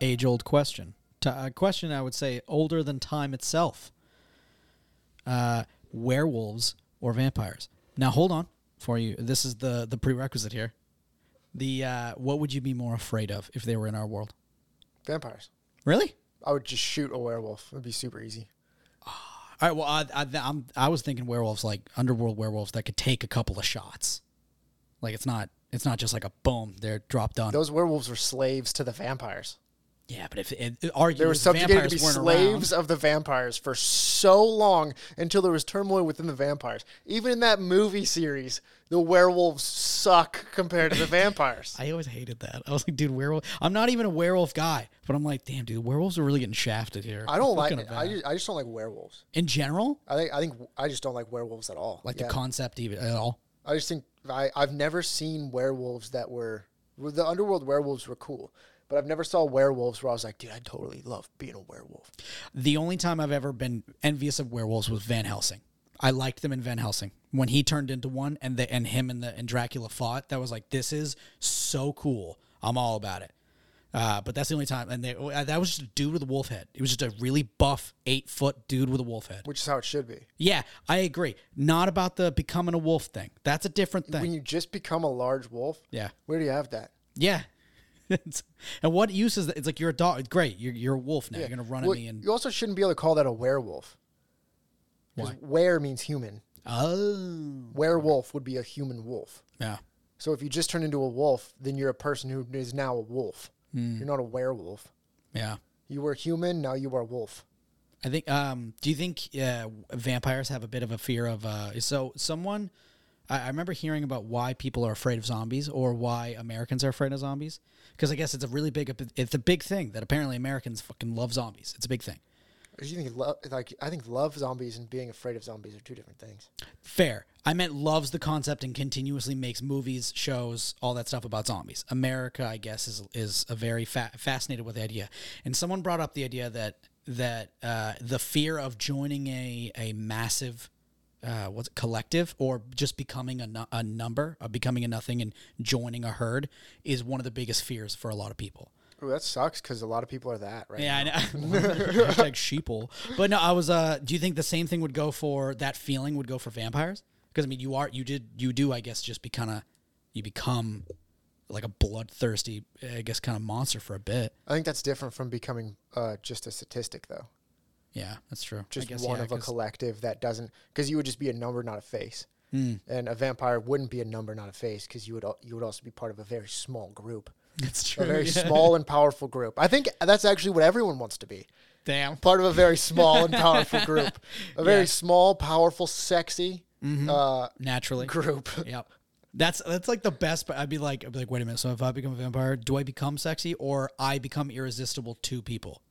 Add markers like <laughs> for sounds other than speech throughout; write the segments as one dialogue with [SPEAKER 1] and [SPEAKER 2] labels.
[SPEAKER 1] age old question. T- a question I would say older than time itself. Uh, werewolves or vampires? Now hold on for you. This is the the prerequisite here. The uh, what would you be more afraid of if they were in our world?
[SPEAKER 2] Vampires.
[SPEAKER 1] Really?
[SPEAKER 2] I would just shoot a werewolf. It'd be super easy.
[SPEAKER 1] All right. Well, I, I, I'm, I was thinking werewolves like underworld werewolves that could take a couple of shots. Like it's not it's not just like a boom they're dropped on.
[SPEAKER 2] Those werewolves were slaves to the vampires.
[SPEAKER 1] yeah, but if it, it, arguably
[SPEAKER 2] They were
[SPEAKER 1] if
[SPEAKER 2] subjugated to
[SPEAKER 1] vampires
[SPEAKER 2] be
[SPEAKER 1] weren't
[SPEAKER 2] slaves of the vampires for so long until there was turmoil within the vampires. Even in that movie series, the werewolves suck
[SPEAKER 1] <laughs>
[SPEAKER 2] compared to the vampires.
[SPEAKER 1] around, I always hated that. I was like, dude, werewolf. I'm not even a werewolf guy, but I'm like, damn, dude, werewolves are really getting shafted here.
[SPEAKER 2] I don't like
[SPEAKER 1] Looking
[SPEAKER 2] it.
[SPEAKER 1] at
[SPEAKER 2] I
[SPEAKER 1] that.
[SPEAKER 2] just, I just don't like werewolves.
[SPEAKER 1] in general,
[SPEAKER 2] I think I think I just don't like werewolves at all.
[SPEAKER 1] like
[SPEAKER 2] Yeah.
[SPEAKER 1] the concept even at all.
[SPEAKER 2] I just think I, I've never seen werewolves that were well, the underworld werewolves were cool, but I've never saw werewolves where I was like, dude, I totally love being a werewolf.
[SPEAKER 1] The only time I've ever been envious of werewolves was Van Helsing. I liked them in Van Helsing when he turned into one, and the and him and the and Dracula fought. That was like this is so cool. I'm all about it. Uh, but that's the only time, and they, uh, that was just a dude with a wolf head. It was just a really buff eight foot dude with a wolf head.
[SPEAKER 2] Which is how it should be.
[SPEAKER 1] Yeah, I agree. Not about the becoming a wolf thing. That's a different thing.
[SPEAKER 2] When you just become a large wolf,
[SPEAKER 1] Yeah.
[SPEAKER 2] where do you have that?
[SPEAKER 1] yeah. <laughs> It's- and what use is that? It's like you're a dog. Great, you're you're a wolf now. You're gonna run
[SPEAKER 2] Well,
[SPEAKER 1] at me and
[SPEAKER 2] you also shouldn't be able to call that a werewolf. Because were means human.
[SPEAKER 1] oh
[SPEAKER 2] Werewolf would be a human wolf.
[SPEAKER 1] yeah.
[SPEAKER 2] So if you just turn into a wolf, then you're a person who is now a wolf.
[SPEAKER 1] Hmm.
[SPEAKER 2] You're not a werewolf.
[SPEAKER 1] Yeah.
[SPEAKER 2] You were human, now you are wolf.
[SPEAKER 1] I think. Um, do you think uh, vampires have a bit of a fear of? Uh, so someone, I, I remember hearing about why people are afraid of zombies or why Americans are afraid of zombies. Because I guess it's a really big. It's a big thing that apparently Americans fucking love zombies. It's a big thing.
[SPEAKER 2] Do You think lo- like I think love zombies and being afraid of zombies are two different things.
[SPEAKER 1] Fair. I meant loves the concept and continuously makes movies, shows, all that stuff about zombies. America, I guess, is is a very fa- fascinated with the idea. And someone brought up the idea that that uh, the fear of joining a a massive uh, what's it, collective or just becoming a, nu- a number, of becoming a nothing, and joining a herd is one of the biggest fears for a lot of people.
[SPEAKER 2] Ooh, that sucks because a lot of people are that, right?
[SPEAKER 1] Yeah, I
[SPEAKER 2] <laughs>
[SPEAKER 1] know. <laughs> Hashtag sheeple. But no, I was. Uh, do you think the same thing would go for that feeling would go for vampires? Because I mean, you are you did you do I guess just be kind of you become like a bloodthirsty I guess kind of monster for a bit.
[SPEAKER 2] I think that's different from becoming uh, just a statistic, though.
[SPEAKER 1] Yeah, that's true. I
[SPEAKER 2] Just
[SPEAKER 1] guess,
[SPEAKER 2] one
[SPEAKER 1] yeah,
[SPEAKER 2] of a
[SPEAKER 1] 'cause-
[SPEAKER 2] collective that doesn't, because you would just be a number, not a face.
[SPEAKER 1] Hmm.
[SPEAKER 2] And a vampire wouldn't be a number, not a face, because you would al- you would also be part of a very small group,
[SPEAKER 1] <laughs> That's
[SPEAKER 2] a
[SPEAKER 1] true.
[SPEAKER 2] very
[SPEAKER 1] yeah.
[SPEAKER 2] <laughs> small and powerful group. I think that's actually what everyone wants to be.
[SPEAKER 1] Damn.
[SPEAKER 2] part of a very small and
[SPEAKER 1] <laughs>
[SPEAKER 2] powerful group. A very small, powerful, sexy
[SPEAKER 1] Mm-hmm.
[SPEAKER 2] uh,
[SPEAKER 1] Naturally.
[SPEAKER 2] group. <laughs>
[SPEAKER 1] Yep. That's that's like the best. But I'd be like, I'd be like, wait a minute. So if I become a vampire, do I become sexy or I become irresistible to people?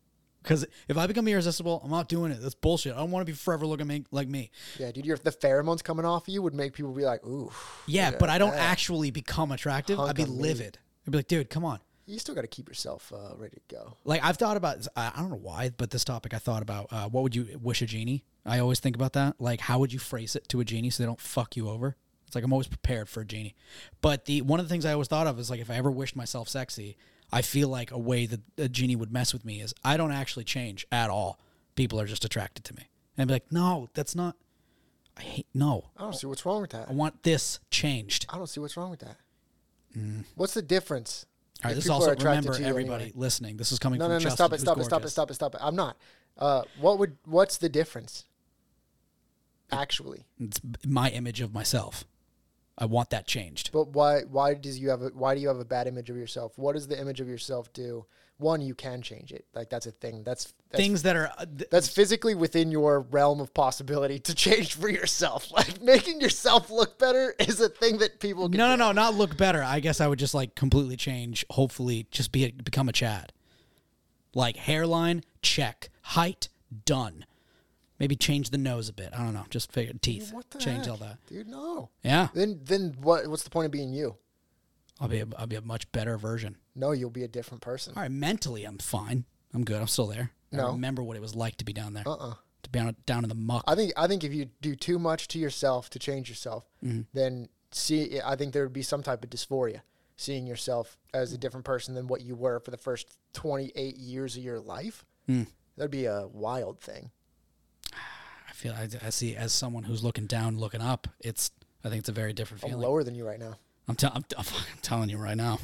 [SPEAKER 1] Because if I become irresistible, I'm not doing it. That's bullshit. I don't want to be forever looking ma- like me.
[SPEAKER 2] Yeah, dude, if the pheromones coming off you would make people be like, ooh,
[SPEAKER 1] Yeah, but I don't actually become attractive. I'd be
[SPEAKER 2] of meat.
[SPEAKER 1] livid. I'd be like, dude, come on.
[SPEAKER 2] you still got to keep yourself uh, ready to go.
[SPEAKER 1] Like I've thought about this- I I don't know why, but this topic I thought about uh, what would you wish a genie? I always think about that. Like how would you phrase it to a genie so they don't fuck you over? It's like I'm always prepared for a genie. But the one of the things I always thought of is like if I ever wished myself sexy, I feel like a way that a genie would mess with me is I don't actually change at all. People are just attracted to me. And I'd be like, "No, that's not I hate no.
[SPEAKER 2] I don't see what's wrong with that.
[SPEAKER 1] I want this changed."
[SPEAKER 2] I don't see what's wrong with that.
[SPEAKER 1] Mm.
[SPEAKER 2] What's the difference?
[SPEAKER 1] All right,
[SPEAKER 2] if
[SPEAKER 1] this is
[SPEAKER 2] people are
[SPEAKER 1] also
[SPEAKER 2] attracted
[SPEAKER 1] remember
[SPEAKER 2] to you
[SPEAKER 1] everybody
[SPEAKER 2] anyway?
[SPEAKER 1] listening. This is coming
[SPEAKER 2] No,
[SPEAKER 1] from
[SPEAKER 2] no, no!
[SPEAKER 1] Justin,
[SPEAKER 2] Stop it!
[SPEAKER 1] who's
[SPEAKER 2] Stop it! Stop it!
[SPEAKER 1] gorgeous.
[SPEAKER 2] Stop it! Stop it! I'm not. Uh, what would? What's the difference? Actually,
[SPEAKER 1] It's b- my image of myself. I want that changed.
[SPEAKER 2] But why why does you have a, why do you have a bad image of yourself? What does the image of yourself do? One, you can change it. Like that's a thing. That's that's,
[SPEAKER 1] Things that are uh, th-
[SPEAKER 2] that's physically within your realm of possibility to change for yourself. <laughs> Like making yourself look better is a thing that people can
[SPEAKER 1] no, no, no, not look better. I guess I would just like completely change. Hopefully, just be a, become a Chad. Like hairline, check. Height, done. Maybe change the nose a bit. I don't know. Just figure teeth.
[SPEAKER 2] What the
[SPEAKER 1] change
[SPEAKER 2] heck?
[SPEAKER 1] all that.
[SPEAKER 2] Dude, no.
[SPEAKER 1] Yeah,
[SPEAKER 2] Then then what what's the point of being you?
[SPEAKER 1] I'll be a, I'll be a much better version.
[SPEAKER 2] No, you'll be a different person.
[SPEAKER 1] All right, mentally I'm fine. I'm good. I'm still there. I
[SPEAKER 2] No.
[SPEAKER 1] remember what it was like to be down there.
[SPEAKER 2] Uh-uh.
[SPEAKER 1] To be down, down in the muck.
[SPEAKER 2] I think I think if you do too much to yourself to change yourself, then see I think there would be some type of dysphoria. seeing yourself as a different person than what you were for the first 28 years of your life. That'd be a wild thing.
[SPEAKER 1] I feel I, I see as someone who's looking down, looking up. It's I think it's a very different
[SPEAKER 2] I'm
[SPEAKER 1] feeling.
[SPEAKER 2] lower than you right now.
[SPEAKER 1] I'm, tell I'm, <laughs> I'm fucking telling you right now.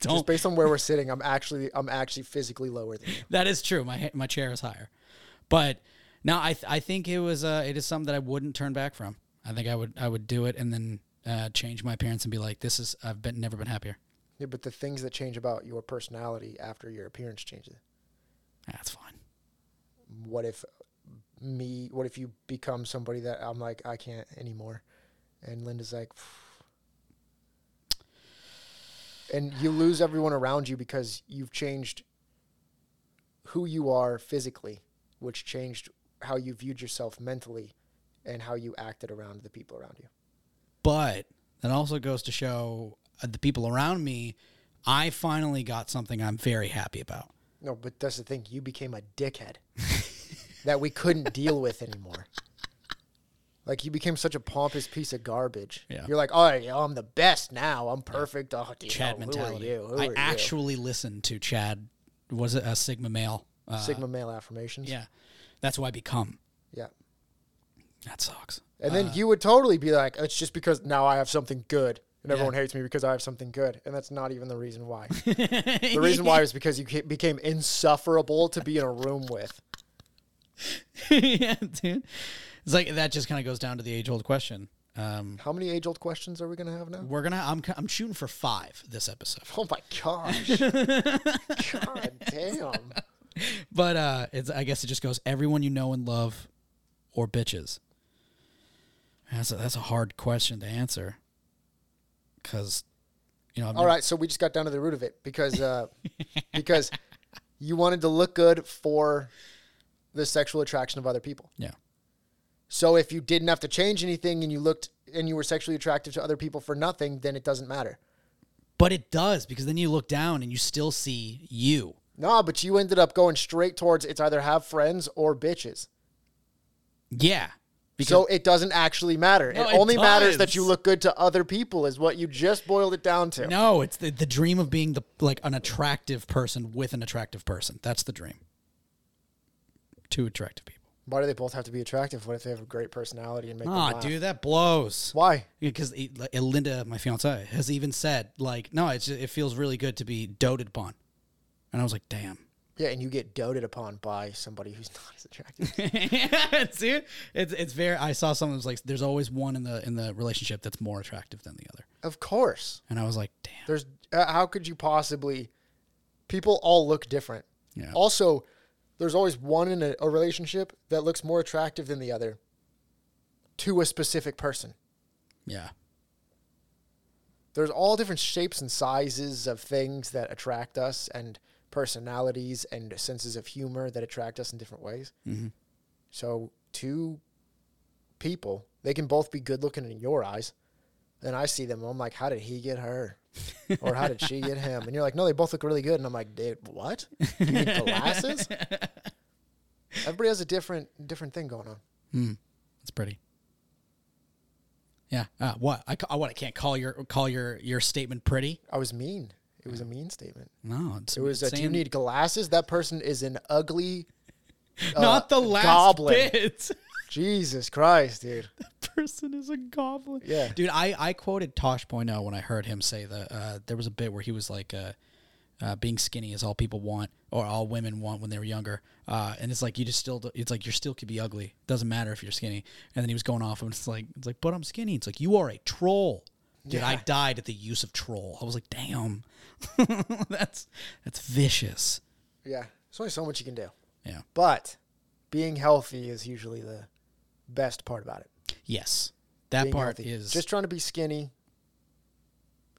[SPEAKER 2] Just
[SPEAKER 1] Don't.
[SPEAKER 2] based on where we're sitting, I'm actually I'm actually physically lower than you.
[SPEAKER 1] That is true. My ha- my chair is higher, but no, I th- I think it was uh it is something that I wouldn't turn back from. I think I would I would do it and then uh, change my appearance and be like, this is I've been never been happier.
[SPEAKER 2] Yeah, but the things that change about your personality after your appearance changes.
[SPEAKER 1] That's fine.
[SPEAKER 2] What if me? What if you become somebody that I'm like I can't anymore, and Linda's like, and you lose everyone around you because you've changed who you are physically, which changed how you viewed yourself mentally, and how you acted around the people around you.
[SPEAKER 1] But that also goes to show uh, the people around me. I finally got something I'm very happy about.
[SPEAKER 2] No, but that's the thing. You became a dickhead <laughs> that we couldn't deal with anymore. Like you became such a pompous piece of garbage.
[SPEAKER 1] Yeah.
[SPEAKER 2] You're like, oh, yeah, I'm the best now. I'm perfect. Oh, dude,
[SPEAKER 1] Chad
[SPEAKER 2] oh,
[SPEAKER 1] mentality.
[SPEAKER 2] Who are you? Who
[SPEAKER 1] I
[SPEAKER 2] are you?
[SPEAKER 1] actually listened to Chad. Was it a Sigma male? Uh,
[SPEAKER 2] Sigma male affirmations.
[SPEAKER 1] yeah, that's who I become.
[SPEAKER 2] Yeah.
[SPEAKER 1] That sucks. <laughs>
[SPEAKER 2] And
[SPEAKER 1] Uh,
[SPEAKER 2] then you would totally be like, it's just because now I have something good, and everyone hates me because I have something good, and that's not even the
[SPEAKER 1] <laughs>
[SPEAKER 2] reason why. the reason why is because you ca- became insufferable to be in a room with.
[SPEAKER 1] yeah, dude. It's like that just kind of goes down to the age old question. Um,
[SPEAKER 2] How many age old questions are we gonna have now?
[SPEAKER 1] we're gonna. I'm. c- I'm shooting for five this episode.
[SPEAKER 2] Oh my gosh! God damn.
[SPEAKER 1] But uh, it's. I guess it just goes everyone you know and love, or bitches. That's a, that's a hard question to answer. Because, you know, I've
[SPEAKER 2] All
[SPEAKER 1] never-
[SPEAKER 2] right, so we just got down to the root of it because uh, because you wanted to look good for the sexual attraction of other people.
[SPEAKER 1] yeah,
[SPEAKER 2] So if you didn't have to change anything and you looked and you were sexually attractive to other people for nothing, then it doesn't matter.
[SPEAKER 1] but it does because then you look down and you still see you.
[SPEAKER 2] Nah, but you ended up going straight towards it's either have friends or bitches.
[SPEAKER 1] Yeah, because
[SPEAKER 2] so it doesn't actually matter.
[SPEAKER 1] No,
[SPEAKER 2] it,
[SPEAKER 1] it
[SPEAKER 2] only matters
[SPEAKER 1] does.
[SPEAKER 2] that you look good to other people is what you just boiled it down to.
[SPEAKER 1] no, it's the, the dream of being the like an attractive person with an attractive person. That's the dream. Two attractive people.
[SPEAKER 2] Why do they both have to be attractive? What if they have a great personality and make them
[SPEAKER 1] Ah,
[SPEAKER 2] laugh?
[SPEAKER 1] dude, that blows.
[SPEAKER 2] Why?
[SPEAKER 1] because it- like, Linda, my fiance, has even said like, no, it's just, it feels really good to be doted upon, and I was like, damn, <laughs>
[SPEAKER 2] Yeah, and you get doted upon by somebody who's <laughs> not as attractive.
[SPEAKER 1] dude, it's it's very. I saw something that was like, there's always one in the in the relationship that's more attractive than the other,
[SPEAKER 2] Of course.
[SPEAKER 1] and I was like, damn,
[SPEAKER 2] There's uh, how could you possibly people all look different.
[SPEAKER 1] Yeah.
[SPEAKER 2] Also, there's always one in a, a relationship that looks more attractive than the other to a specific person.
[SPEAKER 1] yeah,
[SPEAKER 2] There's all different shapes and sizes of things that attract us and personalities and senses of humor that attract us in different ways. So, two people, they can both be good looking in your eyes. And I see them, I'm like, how did he get her? or how did she get him? And you're like, no, they both look really good. And I'm like, dude, what? You need glasses? Everybody has a different different thing going on.
[SPEAKER 1] it's pretty. Yeah, uh, what I ca- what I can't call your call your your statement pretty.
[SPEAKER 2] I was mean. It was a mean statement.
[SPEAKER 1] No, it's
[SPEAKER 2] It was, uh, do you
[SPEAKER 1] saying-
[SPEAKER 2] need glasses? That person is an ugly.
[SPEAKER 1] <laughs>
[SPEAKER 2] uh,
[SPEAKER 1] not the last
[SPEAKER 2] goblin.
[SPEAKER 1] bit. <laughs>
[SPEAKER 2] Jesus Christ, dude. <laughs>
[SPEAKER 1] person is a goblin.
[SPEAKER 2] Yeah.
[SPEAKER 1] dude. I I quoted Tosh.0 when I heard him say the uh, there was a bit where he was like, uh, uh, "Being skinny is all people want, or all women want when they were younger." Uh, and it's like you just still, it's like you still could be ugly. Doesn't matter if you're skinny. And then he was going off, and it's like, it's like, but I'm skinny. It's like you are a troll. Dude, I died at the use of troll. I was like, damn, <laughs> that's that's vicious.
[SPEAKER 2] Yeah. There's only so much you can do.
[SPEAKER 1] Yeah.
[SPEAKER 2] But being healthy is usually the best part about it.
[SPEAKER 1] Yes, that
[SPEAKER 2] Being
[SPEAKER 1] part
[SPEAKER 2] healthy.
[SPEAKER 1] is
[SPEAKER 2] just trying to be skinny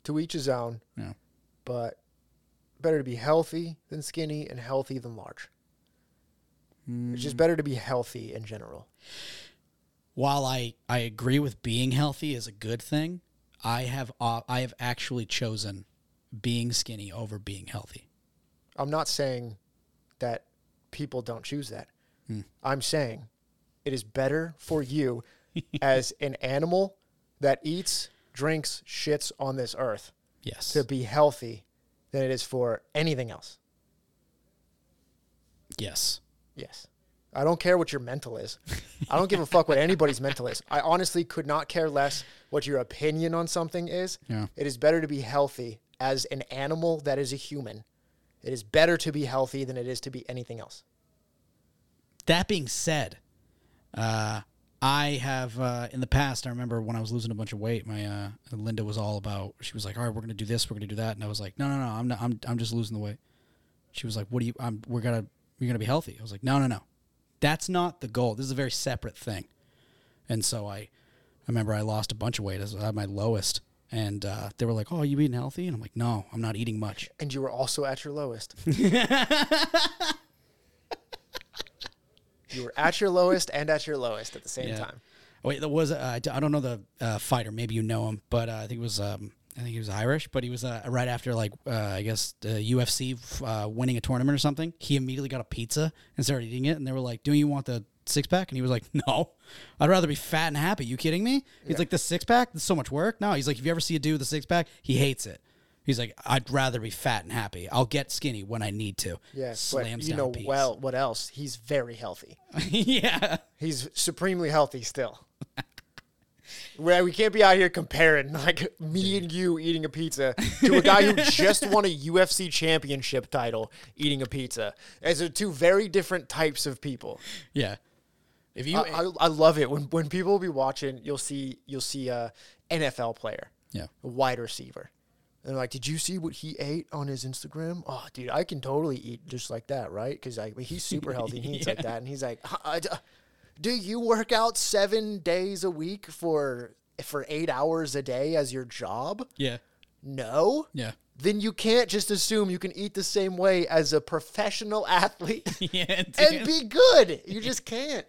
[SPEAKER 2] to each his own,
[SPEAKER 1] yeah.
[SPEAKER 2] but better to be healthy than skinny and healthy than large. It's
[SPEAKER 1] Mm.
[SPEAKER 2] just better to be healthy in general.
[SPEAKER 1] while I, I agree with being healthy is a good thing, I have uh, I have actually chosen being skinny over being healthy.
[SPEAKER 2] I'm not saying that people don't choose that. I'm saying it is better for you as an animal that eats, drinks, shits on this earth
[SPEAKER 1] Yes.
[SPEAKER 2] to be healthy than it is for anything else.
[SPEAKER 1] Yes.
[SPEAKER 2] Yes. I don't care what your mental is. I don't give a fuck what anybody's mental is. I honestly could not care less what your opinion on something is.
[SPEAKER 1] Yeah.
[SPEAKER 2] It is better to be healthy as an animal that is a human. It is better to be healthy than it is to be anything else.
[SPEAKER 1] That being said, uh, I have uh, in the past. I remember when I was losing a bunch of weight. My uh, Linda was all about. She was like, "All right, we're gonna do this. We're gonna do that." And I was like, "No, no, no. I'm not, I'm I'm just losing the weight." She was like, "What do you? I'm we're gonna you're gonna be healthy." I was like, "No, no, no. That's not the goal. This is a very separate thing." And so I, I remember I lost a bunch of weight as at my lowest, and uh, they were like, "Oh, are you eating healthy?" And I'm like, "No, I'm not eating much."
[SPEAKER 2] And you were also at your lowest. you were at your lowest and at your lowest at the same
[SPEAKER 1] Yeah.
[SPEAKER 2] time.
[SPEAKER 1] Oh, wait, that was uh, I d- I don't know the uh, fighter. Maybe you know him, but uh, I think it was um, I think he was Irish. But he was uh, right after like uh, I guess the UFC f- uh, winning a tournament or something. He immediately got a pizza and started eating it. And they were like, "Do you want the six pack?" And he was like, <laughs> "No, I'd rather be fat and happy." You kidding me? He's like, "The six pack? That's so much work." No, he's like, "If you ever see a dude with a six pack, he hates it." He's like, "I'd rather be fat and happy. I'll get skinny when I need to."
[SPEAKER 2] Yeah. But
[SPEAKER 1] slams
[SPEAKER 2] you
[SPEAKER 1] down
[SPEAKER 2] know
[SPEAKER 1] peas.
[SPEAKER 2] well what else? He's very healthy.
[SPEAKER 1] <laughs> yeah.
[SPEAKER 2] He's supremely healthy still. Where we can't be out here comparing like me and you eating a pizza to a guy who just won a UFC championship title eating a pizza. As are two very different types of people.
[SPEAKER 1] Yeah. If you
[SPEAKER 2] I, I, I love it when when people will be watching. You'll see you'll see a NFL player,
[SPEAKER 1] Yeah.
[SPEAKER 2] a wide receiver, and they're like, "Did you see what he ate on his Instagram? Oh, dude, I can totally eat just like that, right? Because like he's super
[SPEAKER 1] <laughs>
[SPEAKER 2] healthy, and he eats like that, and he's like, "Huh, I d- do you work out seven days a week for for eight hours a day as your job?
[SPEAKER 1] Yeah.
[SPEAKER 2] No."
[SPEAKER 1] Yeah.
[SPEAKER 2] Then you can't just assume you can eat the same way as a professional athlete
[SPEAKER 1] <laughs> Yeah. dude.
[SPEAKER 2] and be good.
[SPEAKER 1] <laughs>
[SPEAKER 2] You just can't.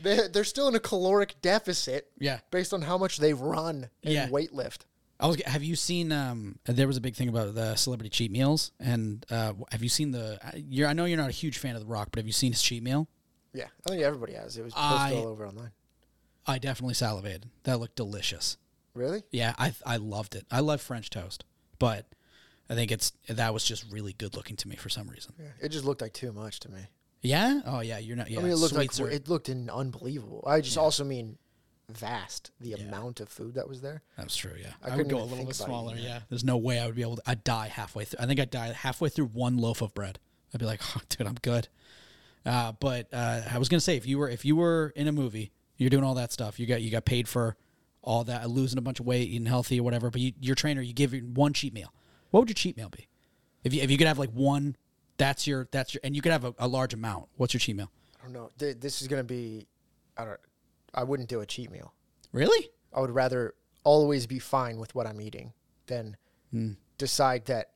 [SPEAKER 2] They're, they're still in a caloric deficit.
[SPEAKER 1] Yeah.
[SPEAKER 2] Based on how much they run and
[SPEAKER 1] Yeah.
[SPEAKER 2] weight lift.
[SPEAKER 1] I was. Have you seen? Um, there was a big thing about the celebrity cheat meals, and uh, have you seen the? You're, I know you're not a huge fan of The Rock, but have you seen his cheat meal?
[SPEAKER 2] Yeah. I think everybody has. It was posted
[SPEAKER 1] I-
[SPEAKER 2] all over online.
[SPEAKER 1] I definitely salivated. That looked delicious.
[SPEAKER 2] Really?
[SPEAKER 1] Yeah, I I loved it. I love French toast, but I think it's that was just really good looking to me for some reason.
[SPEAKER 2] Yeah. It just looked like too much to me.
[SPEAKER 1] Yeah. Oh yeah, you're not. Yeah.
[SPEAKER 2] I mean, it looked like
[SPEAKER 1] sweets are-
[SPEAKER 2] it looked in unbelievable. I just also mean vast the amount of food that was there.
[SPEAKER 1] That's true. Yeah, I, would
[SPEAKER 2] couldn't
[SPEAKER 1] go a
[SPEAKER 2] even
[SPEAKER 1] little
[SPEAKER 2] think
[SPEAKER 1] bit
[SPEAKER 2] about
[SPEAKER 1] smaller.
[SPEAKER 2] eating
[SPEAKER 1] Yeah, there's no way I would be able to. I'd die halfway. through. I think I'd die halfway through one loaf of bread. I'd be like, <laughs> oh, dude, I'm good. Uh, but uh, I was gonna say, if you were if you were in a movie, you're doing all that stuff. You got you got paid for all that, losing a bunch of weight, eating healthy or whatever. But you, your trainer, you give him one cheat meal. What would your cheat meal be? If you if you could have like one, that's your that's your, and you could have a, a large amount. What's your cheat meal?
[SPEAKER 2] I don't know. Th- This is gonna be. I don't. I wouldn't do a cheat meal.
[SPEAKER 1] Really?
[SPEAKER 2] I would rather always be fine with what I'm eating than decide that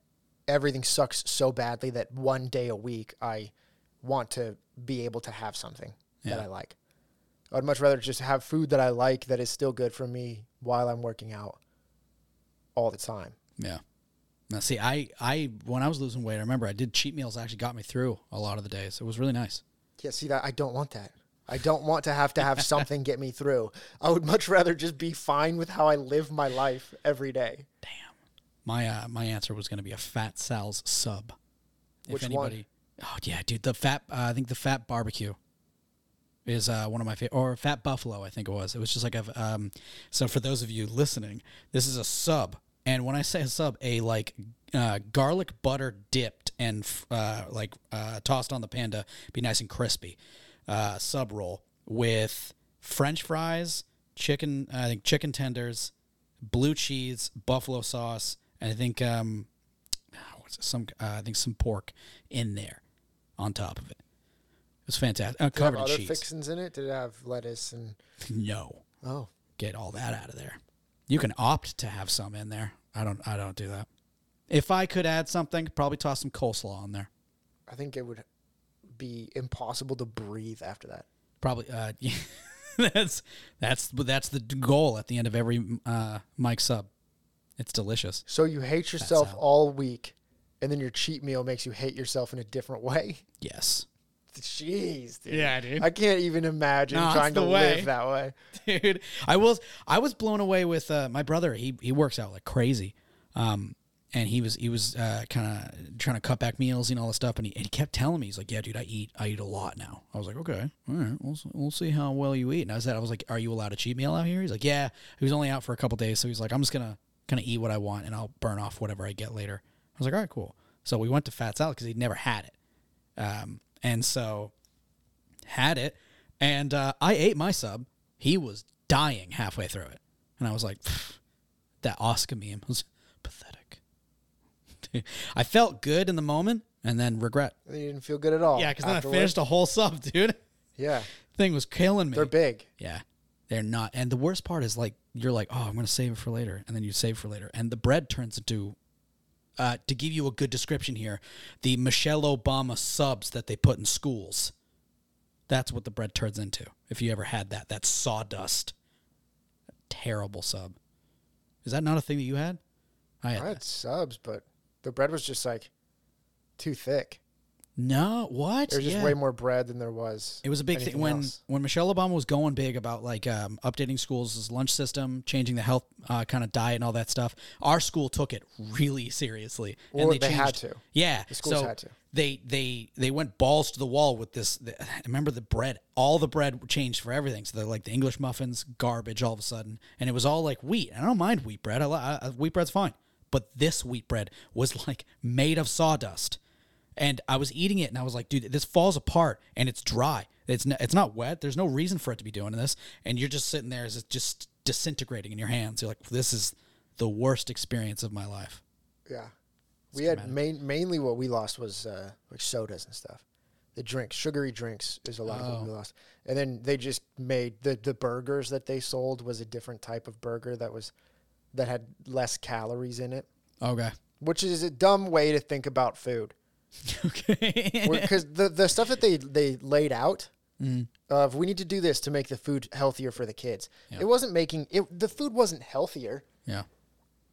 [SPEAKER 2] everything sucks so badly that one day a week I want to be able to have something that I like. I'd much rather just have food that I like that is still good for me while I'm working out all the time.
[SPEAKER 1] Yeah. Now, see, I, I, when I was losing weight, I remember I did cheat meals. Actually, got me through a lot of the days. It was really nice.
[SPEAKER 2] Yeah, see that I don't want that. I don't want to have to have something get me through. I would much rather just be fine with how I live my life every day.
[SPEAKER 1] My, uh, my answer was going to be a fat Sal's sub.
[SPEAKER 2] Which one?
[SPEAKER 1] Oh yeah, dude. The fat. Uh, I think the fat barbecue is uh, one of my favorite, or fat buffalo. I think it was. It was just like a. Um, so for those of you listening, this is a sub, and when I say a sub, a like uh, garlic butter dipped and f- uh, like uh, tossed on the pan to be nice and crispy. Uh, sub roll with French fries, chicken. I think chicken tenders, blue cheese, buffalo sauce, and I think um, oh, what's it, some uh, I think some pork in there on top of it. It was fantastic. Uh,
[SPEAKER 2] Did it have
[SPEAKER 1] covered in
[SPEAKER 2] other
[SPEAKER 1] cheese.
[SPEAKER 2] fixins in it? Did it have lettuce and
[SPEAKER 1] no,
[SPEAKER 2] oh
[SPEAKER 1] get all that out of there. You can opt to have some in there. I don't. I don't do that. If I could add something, probably toss some coleslaw on there.
[SPEAKER 2] I think it would be impossible to breathe after that.
[SPEAKER 1] Probably. Uh, <laughs> yeah, that's that's that's the goal at the end of every uh, Mike sub. It's delicious.
[SPEAKER 2] So you hate yourself all week, and then your cheat meal makes you hate yourself in a different <laughs> way.
[SPEAKER 1] Yes.
[SPEAKER 2] Jeez, dude.
[SPEAKER 1] Yeah, dude.
[SPEAKER 2] I can't even imagine
[SPEAKER 1] No, it's
[SPEAKER 2] trying to
[SPEAKER 1] the way.
[SPEAKER 2] live that way.
[SPEAKER 1] <laughs> dude. I was I was blown away with uh, my brother. He he works out like crazy. Um, and he was he was uh, kind of trying to cut back meals and all this stuff, and he, and he kept telling me he's like, "Yeah, dude, I eat I eat a lot now." I was like, "Okay, all right, we'll, s- we'll see how well you eat." And I said, "I was like, are you allowed a cheat meal out here?" He's like, "Yeah." He was only out for a couple days, so he's like, "I'm just gonna kind of eat what I want, and I'll burn off whatever I get later." I was like, "All right, cool." So we went to Fats Out because he'd never had it, um, and so had it, and uh, I ate my sub. He was dying halfway through it, and I was like, "Pfft, "That Oscar meme was <laughs> pathetic." I felt good in the moment, and then regret.
[SPEAKER 2] You didn't feel good at all.
[SPEAKER 1] Yeah, because then I
[SPEAKER 2] afterwards.
[SPEAKER 1] finished a whole sub, dude. <laughs>
[SPEAKER 2] Yeah,
[SPEAKER 1] Thing was killing me. <laughs>
[SPEAKER 2] they're big.
[SPEAKER 1] yeah, they're not. And the worst part is like you're like, oh, I'm gonna save it for later, and then you save for later, and the bread turns into. Uh, to give you a good description here, the Michelle Obama subs that they put in schools. That's what the bread turns into. If you ever had that, that sawdust. terrible sub. Is that not a thing that you had? I had.
[SPEAKER 2] I had subs, but the bread was just like too thick.
[SPEAKER 1] No, what?
[SPEAKER 2] There was just
[SPEAKER 1] Yeah.
[SPEAKER 2] way more bread than there was.
[SPEAKER 1] It was a big thing
[SPEAKER 2] anything
[SPEAKER 1] when
[SPEAKER 2] else.
[SPEAKER 1] when Michelle Obama was going big about like um, updating schools' lunch system, changing the health uh, kind of diet and all that stuff. Our school took it really seriously,
[SPEAKER 2] Well,
[SPEAKER 1] and they,
[SPEAKER 2] they
[SPEAKER 1] changed,
[SPEAKER 2] had to.
[SPEAKER 1] Yeah, the
[SPEAKER 2] schools
[SPEAKER 1] so
[SPEAKER 2] had to.
[SPEAKER 1] They they they went balls to the wall with this. The, remember the bread? All the bread changed for everything. So they're like the English muffins, garbage all of a sudden, and it was all like wheat. And I don't mind wheat bread. I, li- I, I- wheat bread's fine, but this wheat bread was <laughs> like made of sawdust and I was eating it, and I was like, dude, this falls apart, and it's dry. It's not, it's not wet. There's no reason for it to be doing this, and you're just sitting there, as it's just disintegrating in your hands. You're like, this is the worst experience of my life.
[SPEAKER 2] Yeah. We had main, mainly what we lost was uh, like sodas and stuff. The drinks, sugary drinks is a lot of what we lost. And then they just made the, the burgers that they sold was a different type of burger that was that had less calories in it,
[SPEAKER 1] Okay. <laughs>
[SPEAKER 2] which is a dumb way to think about food.
[SPEAKER 1] okay.
[SPEAKER 2] Because the, the stuff that they, they laid out of we need to do this to make the food healthier for the kids. It wasn't making it the food wasn't healthier.
[SPEAKER 1] yeah.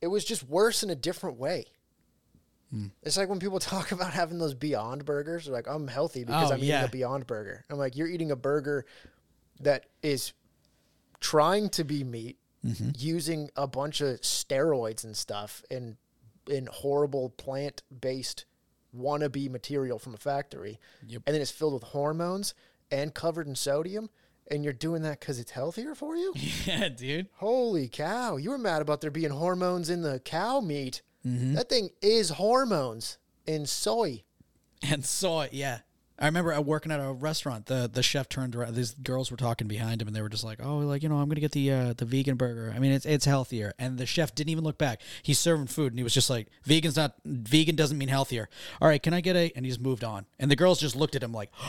[SPEAKER 2] it was just worse in a different way.
[SPEAKER 1] Hmm.
[SPEAKER 2] It's like when people <laughs> talk about having those Beyond burgers. They're like, I'm healthy because
[SPEAKER 1] Oh,
[SPEAKER 2] I'm eating
[SPEAKER 1] yeah.
[SPEAKER 2] a Beyond burger. I'm like, you're eating a burger that is trying to be meat,
[SPEAKER 1] Mm-hmm.
[SPEAKER 2] using a bunch of steroids and stuff, and in horrible plant based wannabe material from a factory, and then it's filled with hormones and covered in sodium. And you're doing that because it's healthier for you.
[SPEAKER 1] <laughs> Yeah, dude.
[SPEAKER 2] Holy cow. You were mad about there being hormones in the cow meat.
[SPEAKER 1] Mm-hmm.
[SPEAKER 2] That thing is hormones in soy.
[SPEAKER 1] and saw it. Yeah, I remember uh, working at a restaurant. the The chef turned around. These girls were talking behind him, and they were just like, "Oh, like you know, I'm gonna get the uh, the vegan burger. I mean, it's it's healthier." And the chef didn't even look back. He's serving food, and he was just like, "Vegan's not vegan doesn't mean healthier." All right, can I get a? And he just moved on. And the girls just looked at him like, <gasps>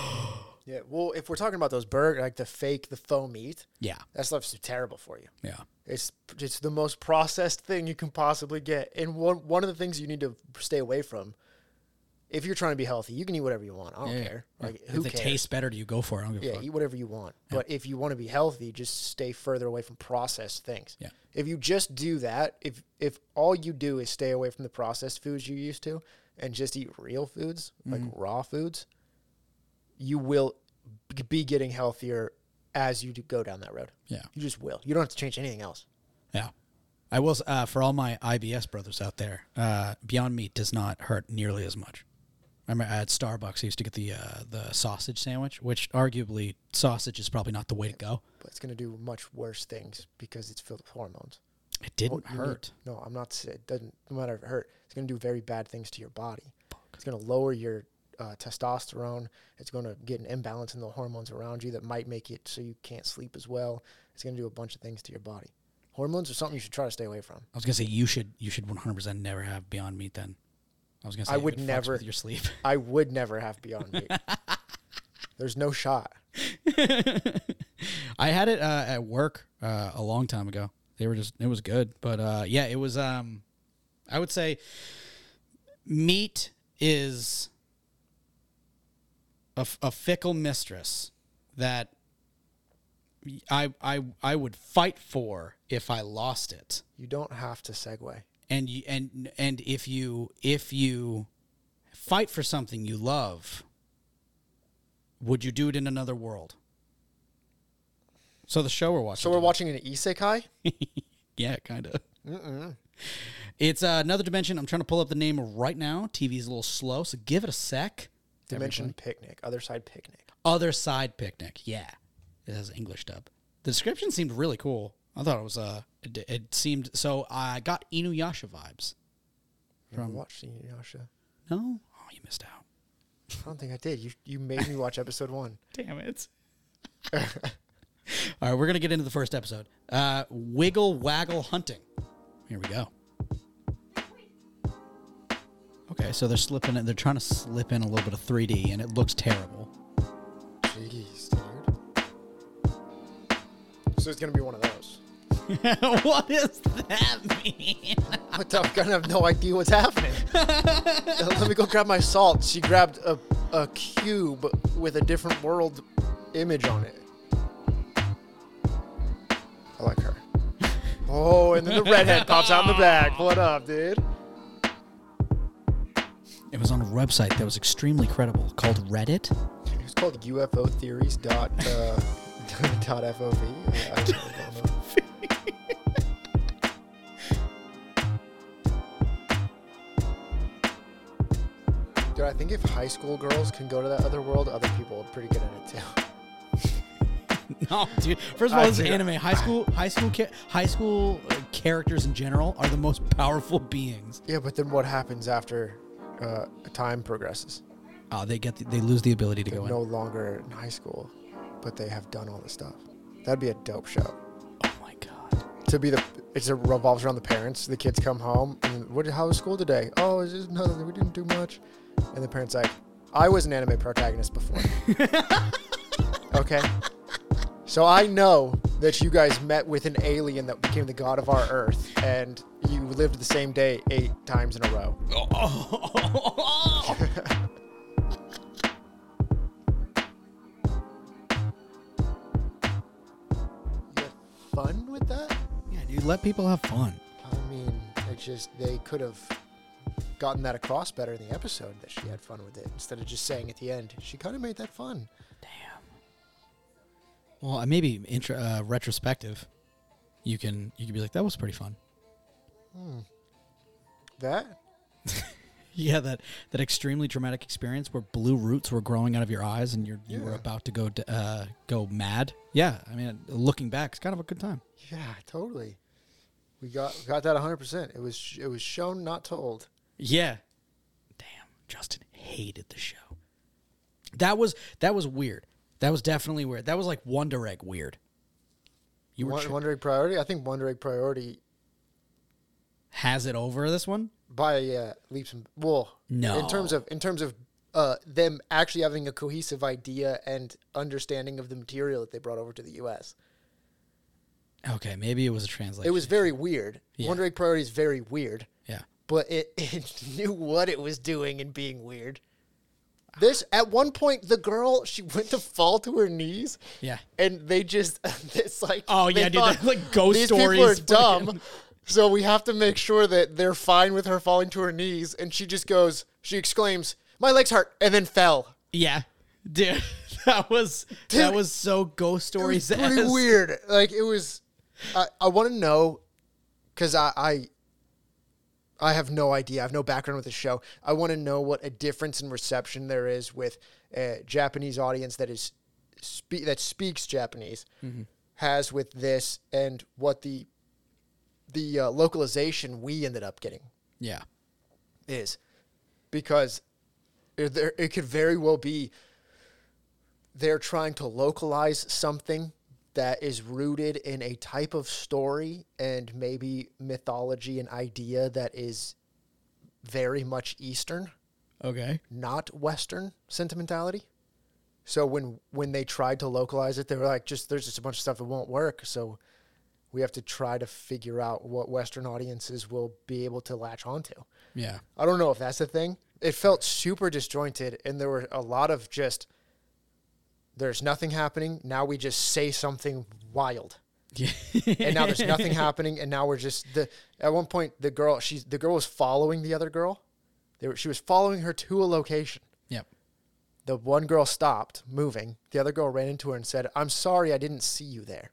[SPEAKER 2] Yeah. Well, if we're talking about those burger, like the fake, the faux meat,
[SPEAKER 1] "Yeah,
[SPEAKER 2] that stuff's terrible for you.
[SPEAKER 1] yeah,
[SPEAKER 2] It's it's the most processed thing you can possibly get. And one one of the things you need to stay away from, if you're trying to be healthy, you can eat whatever you want. I don't care. Like who
[SPEAKER 1] if it
[SPEAKER 2] cares?
[SPEAKER 1] tastes better to you, go for it. I don't give a
[SPEAKER 2] Yeah,
[SPEAKER 1] fuck."
[SPEAKER 2] eat whatever you want. But if you want to be healthy, just stay further away from processed things.
[SPEAKER 1] Yeah.
[SPEAKER 2] If you just do that, if if all you do is stay away from the processed foods you used to and just eat real foods,
[SPEAKER 1] Mm-hmm.
[SPEAKER 2] like raw foods, you will b- be getting healthier as you do go down that road.
[SPEAKER 1] Yeah.
[SPEAKER 2] You just will. You don't have to change anything else.
[SPEAKER 1] Yeah. I will, s- uh, for all my IBS brothers out there, uh, Beyond Meat does not hurt nearly as much. I remember at Starbucks, I used to get the uh, the sausage sandwich, which arguably sausage is probably not the way to go.
[SPEAKER 2] But it's going to do much worse things because it's filled with hormones.
[SPEAKER 1] It didn't
[SPEAKER 2] You need-
[SPEAKER 1] hurt.
[SPEAKER 2] no, I'm not. s- It doesn't. No matter if it hurt, it's going to do very bad things to your body. It's going to lower your uh, testosterone. It's going to get an imbalance in the hormones around you that might make it so you can't sleep as well. It's going to do a bunch of things to your body. Hormones are something you should try to stay away from.
[SPEAKER 1] I was gonna say you should you should 100% never have Beyond Meat. Then I was gonna say
[SPEAKER 2] I
[SPEAKER 1] if
[SPEAKER 2] would
[SPEAKER 1] it fucks
[SPEAKER 2] never-
[SPEAKER 1] with your sleep.
[SPEAKER 2] I would never have Beyond Meat. There's no shot.
[SPEAKER 1] <laughs> I had it uh, at work uh, a long time ago. They were just it was good, but uh, yeah, it was. Um, I would say meat is a, f- a fickle mistress that I I I would fight for if I lost it
[SPEAKER 2] You don't have to segue.
[SPEAKER 1] and you and and if you if you fight for something you love would you do it in another world so the show we're watching <laughs>
[SPEAKER 2] So we're watching an isekai.
[SPEAKER 1] yeah kind of It's uh, another dimension. I'm trying to pull up the name right now. TV's a little slow, so give it a sec.
[SPEAKER 2] Dimension Picnic, Other Side Picnic.
[SPEAKER 1] Other Side Picnic. Yeah, it has English dub. The description seemed really cool. I thought it was uh, it, it seemed so. I got Inuyasha vibes.
[SPEAKER 2] Never watched Inuyasha.
[SPEAKER 1] No, oh, you missed out.
[SPEAKER 2] I don't think I did. You you made me watch episode one.
[SPEAKER 1] Damn <laughs> it. All right, we're gonna get into the first episode. Uh, Wiggle Waggle Hunting. Here we go. Okay, so they're slipping. in- They're trying to slip in a little bit of 3D, and it looks terrible. <laughs>
[SPEAKER 2] Jeez, dude. So it's gonna be one of those.
[SPEAKER 1] what does that mean?
[SPEAKER 2] What the? <laughs> I'm gonna have no idea what's <laughs> happening. Uh, Let me go grab my salt. She grabbed a, a cube with a different world image on it. I like <laughs> her. Oh, and then the redhead pops out in the bag. What up, dude?
[SPEAKER 1] It was on a website that was extremely credible called Reddit. <laughs>
[SPEAKER 2] It's called UFO theories dot uh, <laughs> dot FOV. I, I don't know. <laughs> Dude, I think if high school girls can go to that other world, other people are pretty good at it too. <laughs>
[SPEAKER 1] No, Oh, dude. First of all,
[SPEAKER 2] I
[SPEAKER 1] this is
[SPEAKER 2] do-
[SPEAKER 1] anime. High school, high school, cha- high school uh, characters in general are the most powerful beings.
[SPEAKER 2] Yeah, but then what happens after uh, time progresses?
[SPEAKER 1] Oh, they get, the, they lose the ability to
[SPEAKER 2] They're
[SPEAKER 1] go in.
[SPEAKER 2] no longer in high school, but they have done all this stuff. That'd be a dope show.
[SPEAKER 1] Oh my god.
[SPEAKER 2] To be the it's it revolves around the parents. The kids come home and what how was school today? Oh, it's just nothing. We didn't do much. And the parents like, I was an anime protagonist before. okay. So I know that you guys met with an alien that became the god of our earth, and you lived the same day eight times in a row.
[SPEAKER 1] <laughs>
[SPEAKER 2] You had fun with that?
[SPEAKER 1] yeah, dude. Let people have fun.
[SPEAKER 2] I mean, it just they could have gotten that across better in the episode that she had fun with it instead of just saying at the end she kind of made that fun.
[SPEAKER 1] Well, uh, maybe intro, uh, retrospective. You can you can be like that was pretty fun. <laughs>
[SPEAKER 2] That
[SPEAKER 1] Yeah, that that extremely traumatic experience where blue roots were growing out of your eyes and you're, you were
[SPEAKER 2] Yeah.
[SPEAKER 1] about to go d- uh, go mad. Yeah, I mean, looking back, it's kind of a good time.
[SPEAKER 2] yeah, totally. We got we got that 100%. It was it was shown not told.
[SPEAKER 1] Yeah. Damn, Justin hated the show. That was that was weird. That was definitely weird. That was like Wonder Egg weird. You were
[SPEAKER 2] Won-
[SPEAKER 1] tri-
[SPEAKER 2] Wonder Egg Priority. I think Wonder Egg Priority
[SPEAKER 1] has it over this one?
[SPEAKER 2] by uh, leaps and well,
[SPEAKER 1] No.
[SPEAKER 2] In terms of in terms of uh, them actually having a cohesive idea and understanding of the material that they brought over to the U.S.
[SPEAKER 1] Okay, maybe it was a translation.
[SPEAKER 2] It was very weird.
[SPEAKER 1] Yeah.
[SPEAKER 2] Wonder Egg Priority is very weird.
[SPEAKER 1] yeah.
[SPEAKER 2] but it, <laughs> it knew what it was doing and being weird. This at one point the girl she went to fall to her knees.
[SPEAKER 1] Yeah.
[SPEAKER 2] And they just <laughs> it's like
[SPEAKER 1] Oh,
[SPEAKER 2] they
[SPEAKER 1] yeah, dude, that's <laughs> like ghost
[SPEAKER 2] these
[SPEAKER 1] stories
[SPEAKER 2] people are
[SPEAKER 1] fucking-
[SPEAKER 2] dumb. So we have to make sure that they're fine with her falling to her knees and she just goes she exclaims, "My legs hurt." and then fell.
[SPEAKER 1] Yeah. Dude, <laughs> that was that
[SPEAKER 2] Dude,
[SPEAKER 1] was so ghost
[SPEAKER 2] It was
[SPEAKER 1] stories. <laughs>
[SPEAKER 2] pretty weird. Like it was I, I want to know cuz I, I I have no idea. I have no background with the show. I want to know what a difference in reception there is with a Japanese audience that is spe- that speaks Japanese has with this and what the the uh, localization we ended up getting
[SPEAKER 1] Yeah.
[SPEAKER 2] is because it- there it could very well be they're trying to localize something that is rooted in a type of story and maybe mythology and idea that is very much eastern
[SPEAKER 1] Okay.
[SPEAKER 2] not western sentimentality so when when they tried to localize it they were like just there's just a bunch of stuff that won't work so we have to try to figure out what western audiences will be able to latch onto
[SPEAKER 1] Yeah. <laughs>
[SPEAKER 2] I don't know if that's the thing. It felt super disjointed, and there were a lot of just there's nothing happening. Now we just say something wild,
[SPEAKER 1] Yeah.
[SPEAKER 2] and now there's nothing happening, and now we're just the. At one point, the girl she's the girl was following the other girl. They were, she was following her to a location.
[SPEAKER 1] yep.
[SPEAKER 2] The one girl stopped moving. The other girl ran into her and said, "I'm sorry, I didn't see you there."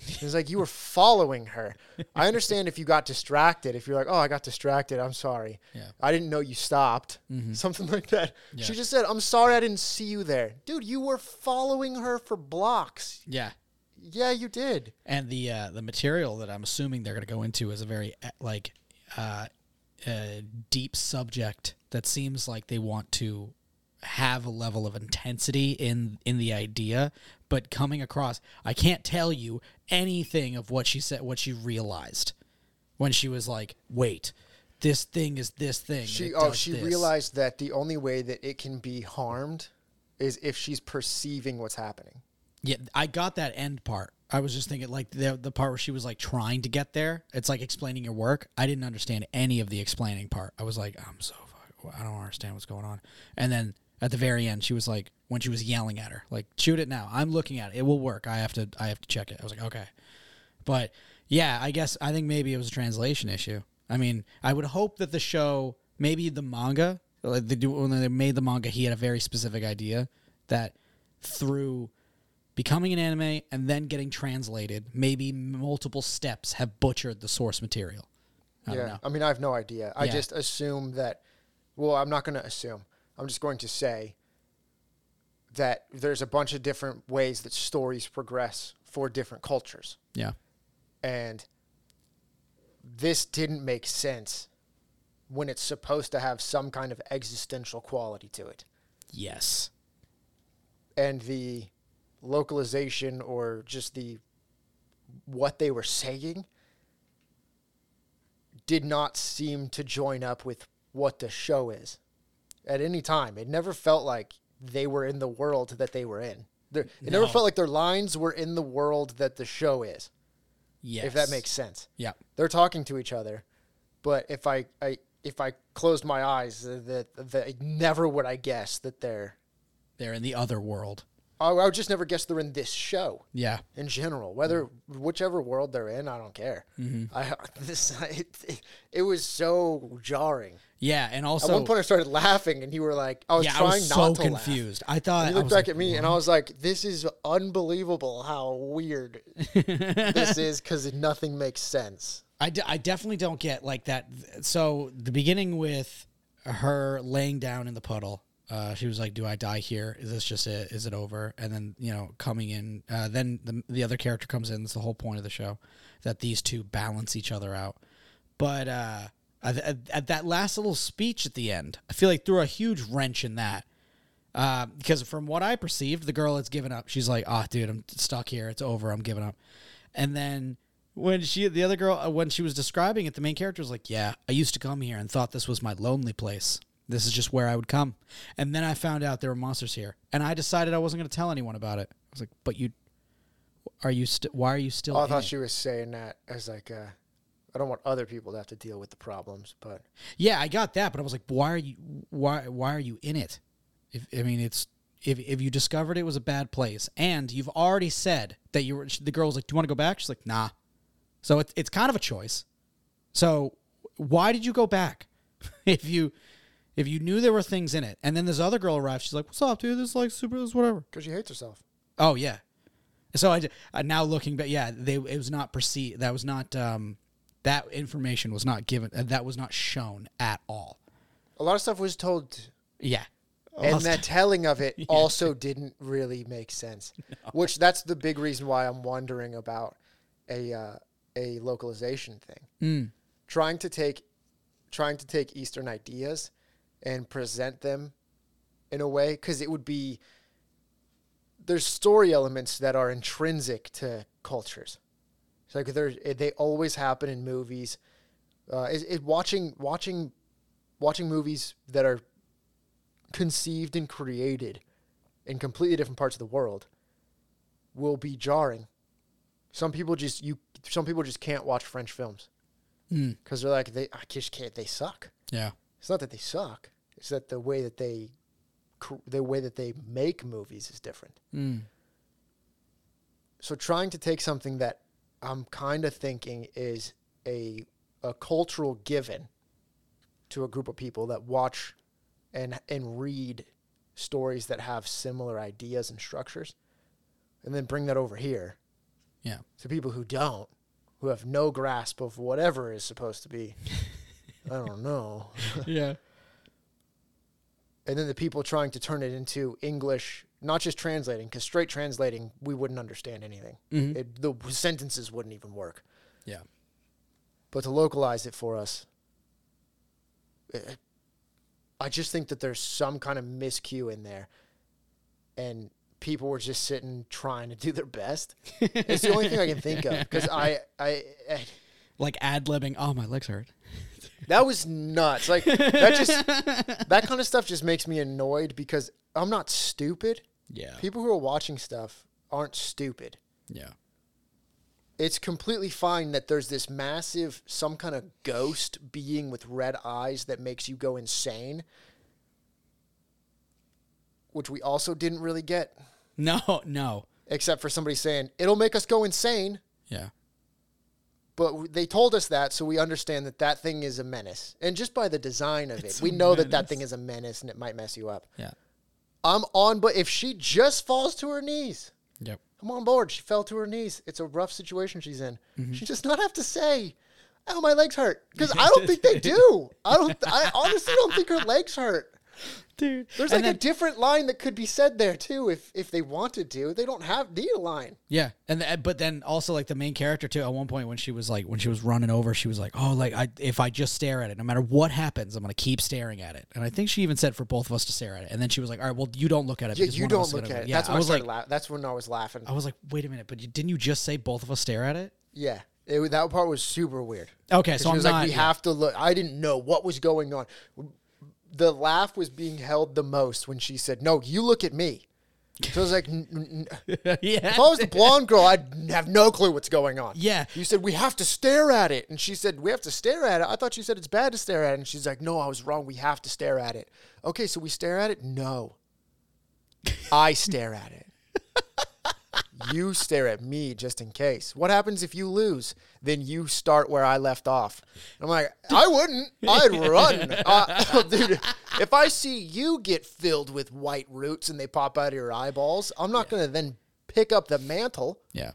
[SPEAKER 2] It
[SPEAKER 1] <laughs>
[SPEAKER 2] was like you were following her. I understand if you got distracted. If you're like, "Oh, I got distracted. I'm sorry.
[SPEAKER 1] Yeah. Mm-hmm.
[SPEAKER 2] I didn't know you stopped." Something like that. She
[SPEAKER 1] Yeah.
[SPEAKER 2] just said, "I'm sorry. I didn't see you there, dude. You were following her for blocks.
[SPEAKER 1] Yeah.
[SPEAKER 2] Yeah, you did.
[SPEAKER 1] and the uh, the material that I'm assuming they're going to go into is a very uh, like uh, uh, deep subject that seems like they want to have a level of intensity in in the idea, but coming across, I can't tell you anything of what she said, what she realized when she was like, "Wait, this thing is this thing." and
[SPEAKER 2] She
[SPEAKER 1] it
[SPEAKER 2] oh,
[SPEAKER 1] does
[SPEAKER 2] she
[SPEAKER 1] this."
[SPEAKER 2] realized that the only way that it can be harmed is if she's perceiving what's happening.
[SPEAKER 1] Yeah, I got that end part. I was just thinking like the the part where she was like trying to get there. It's like explaining your work. I didn't understand any of the explaining part. I was like, I'm so fuck, I don't understand what's going on. And then at the very end, she was like, when she was yelling at her, like, shoot it now. I'm looking at it. It will work. I have to I have to check it. I was like, okay. But yeah, I guess I think maybe it was a translation issue. I mean, I would hope that the show, maybe the manga, like they do when they made the manga, he had a very specific idea that through becoming an anime and then getting translated, maybe multiple steps have butchered the source material. I
[SPEAKER 2] yeah.
[SPEAKER 1] don't know.
[SPEAKER 2] I mean, I have no idea. I
[SPEAKER 1] Yeah.
[SPEAKER 2] just assume that. Well, I'm not going to assume. I'm just going to say that there's a bunch of different ways that stories progress for different cultures,
[SPEAKER 1] Yeah.
[SPEAKER 2] and this didn't make sense when it's supposed to have some kind of existential quality to it.
[SPEAKER 1] Yes.
[SPEAKER 2] and the localization or just the what they were saying did not seem to join up with what the show is at any time it never felt like they were in the world that they were in There- it never
[SPEAKER 1] No.
[SPEAKER 2] felt like their lines were in the world that the show is
[SPEAKER 1] Yes.
[SPEAKER 2] if that makes sense
[SPEAKER 1] Yeah.
[SPEAKER 2] they're talking to each other but if i, I if i closed my eyes that that never would i guess that they're
[SPEAKER 1] They're in the other world.
[SPEAKER 2] I, I would just never guess they're in this show
[SPEAKER 1] Yeah.
[SPEAKER 2] in general, whether whichever world they're in, I don't care.
[SPEAKER 1] Mm-hmm.
[SPEAKER 2] I <laughs> this it, it, it was so jarring.
[SPEAKER 1] Yeah. And also
[SPEAKER 2] At one point, I started laughing, and you were like, "I was
[SPEAKER 1] Yeah, I
[SPEAKER 2] trying
[SPEAKER 1] was so
[SPEAKER 2] not to laugh."
[SPEAKER 1] confused. I thought
[SPEAKER 2] You
[SPEAKER 1] I
[SPEAKER 2] looked
[SPEAKER 1] was
[SPEAKER 2] back at me, and I was like, "This is unbelievable. How weird this
[SPEAKER 1] <laughs>
[SPEAKER 2] is because nothing makes sense."
[SPEAKER 1] I, de- I definitely don't get like that. So the beginning with her laying down in the puddle, uh, she was like, "Do I die here? Is this just it? Is it over?" And then you know, coming in, uh, then the the other character comes in. That's the whole point of the show, that these two balance each other out. But uh, at, at, at that last little speech at the end, I feel like threw a huge wrench in that. Uh, because from what I perceived, the girl has given up. She's like, "Ah, dude, I'm stuck here. It's over. I'm giving up." And then when she, the other girl, uh, when she was describing it, the main character was like, "Yeah, I used to come here and thought this was my lonely place. This is just where I would come." And then I found out there were monsters here, and I decided I wasn't going to tell anyone about it. I was like, "But you, are you? St- why are you still?"
[SPEAKER 2] Oh, I
[SPEAKER 1] in
[SPEAKER 2] thought
[SPEAKER 1] it?"
[SPEAKER 2] she was saying that as like, uh, "I don't want other people to have to deal with the problems," but
[SPEAKER 1] Yeah, I got that, but I was like, why are you why why are you in it? If I mean, it's if if you discovered it was a bad place, and you've already said that you were the girl's like, do you want to go back? She's like, nah. So it's it's kind of a choice. So why did you go back <laughs> if you if you knew there were things in it? And then this other girl arrives. She's like, what's up, dude? This is like super. This is whatever.
[SPEAKER 2] because she hates herself.
[SPEAKER 1] Oh yeah. So I, I now looking back, yeah, they it was not perceived. That was not um, that information was not given. Uh, that was not shown at all.
[SPEAKER 2] A lot of stuff was told
[SPEAKER 1] Yeah.
[SPEAKER 2] and
[SPEAKER 1] Lost-
[SPEAKER 2] the telling of it also didn't really make sense which that's the big reason why i'm wondering about a uh, a localization thing trying to take trying to take eastern ideas and present them in a way because it would be there's story elements that are intrinsic to cultures it's like there's they always happen in movies uh, is, is watching watching watching movies that are conceived and created in completely different parts of the world will be jarring. Some people just you some people just can't watch French films because they're like they I just can't they suck.
[SPEAKER 1] yeah.
[SPEAKER 2] It's not that they suck; it's that the way that they cr- the way that they make movies is different.
[SPEAKER 1] <laughs>
[SPEAKER 2] So trying to take something that I'm kind of thinking is a a cultural given to a group of people that watch and and read stories that have similar ideas and structures and then bring that over here
[SPEAKER 1] Yeah.
[SPEAKER 2] to people who don't, who have no grasp of whatever is supposed to be. I don't know.
[SPEAKER 1] yeah.
[SPEAKER 2] And then the people trying to turn it into English, not just translating, because straight translating, we wouldn't understand anything.
[SPEAKER 1] Mm-hmm.
[SPEAKER 2] It, the sentences wouldn't even work.
[SPEAKER 1] Yeah.
[SPEAKER 2] But to localize it for us, eh, I just think that there's some kind of miscue in there. And people were just sitting trying to do their best. it's the only thing I can think of because I, I, I
[SPEAKER 1] Like ad libbing. Oh, my legs hurt.
[SPEAKER 2] That was nuts. Like that just that kind of stuff just makes me annoyed because I'm not stupid.
[SPEAKER 1] Yeah.
[SPEAKER 2] People who are watching stuff aren't stupid.
[SPEAKER 1] Yeah.
[SPEAKER 2] It's completely fine that there's this massive some kind of ghost being with red eyes that makes you go insane. Which we also didn't really get
[SPEAKER 1] No. No.
[SPEAKER 2] except for somebody saying it'll make us go insane.
[SPEAKER 1] Yeah.
[SPEAKER 2] but w- they told us that so we understand that that thing is a menace and just by the design of
[SPEAKER 1] It's
[SPEAKER 2] it we
[SPEAKER 1] a
[SPEAKER 2] know that that
[SPEAKER 1] menace.
[SPEAKER 2] thing is a menace and it might mess you up
[SPEAKER 1] Yeah.
[SPEAKER 2] i'm on but if she just falls to her knees
[SPEAKER 1] Yep.
[SPEAKER 2] i'm on board she fell to her knees it's a rough situation she's in
[SPEAKER 1] Mm-hmm.
[SPEAKER 2] she does not have to say oh my legs hurt
[SPEAKER 1] <laughs>
[SPEAKER 2] because i don't think they do i don't i honestly don't think her legs hurt
[SPEAKER 1] Dude.
[SPEAKER 2] there's
[SPEAKER 1] and
[SPEAKER 2] like
[SPEAKER 1] then-
[SPEAKER 2] a different line that could be said there too if if they wanted to they don't have need a line
[SPEAKER 1] Yeah, and th- but then also like the main character too. At one point when she was like when she was running over, she was like, "Oh, like I if I just stare at it, no matter what happens, I'm gonna keep staring at it." And I think she even said for both of us to stare at it. And then she was like, "All right, well, you don't look at it.
[SPEAKER 2] yeah
[SPEAKER 1] because
[SPEAKER 2] you
[SPEAKER 1] one of us
[SPEAKER 2] don't
[SPEAKER 1] is
[SPEAKER 2] look
[SPEAKER 1] gonna
[SPEAKER 2] at it
[SPEAKER 1] Yeah,
[SPEAKER 2] that's when
[SPEAKER 1] I was like, Oh.
[SPEAKER 2] la- that's when i was laughing
[SPEAKER 1] I was like, wait a minute, but you, didn't you just say both of us stare at it?
[SPEAKER 2] Yeah, it, wa- that part was super weird.
[SPEAKER 1] Okay,
[SPEAKER 2] 'Cause
[SPEAKER 1] so
[SPEAKER 2] she
[SPEAKER 1] I'm
[SPEAKER 2] was
[SPEAKER 1] not-
[SPEAKER 2] like, we
[SPEAKER 1] yeah.
[SPEAKER 2] have to look. I didn't know what was going on. The laugh was being held the most when she said, "No, you look at me." So I was like, n- n- n- if
[SPEAKER 1] <laughs> yeah,
[SPEAKER 2] I was the blonde girl, I'd have no clue what's going on.
[SPEAKER 1] Yeah.
[SPEAKER 2] you said we have to stare at it, and she said we have to stare at it. I thought you said it's bad to stare at it, and she's like, "No, I was wrong. We have to stare at it." Okay, so we stare at it. No, I stare at it you stare at me just in case. What happens if you lose? Then you start where I left off. And I'm like, I wouldn't. I'd run. Uh, <laughs> dude, if I see you get filled with white roots and they pop out of your eyeballs, I'm not going to then pick up the mantle.
[SPEAKER 1] yeah.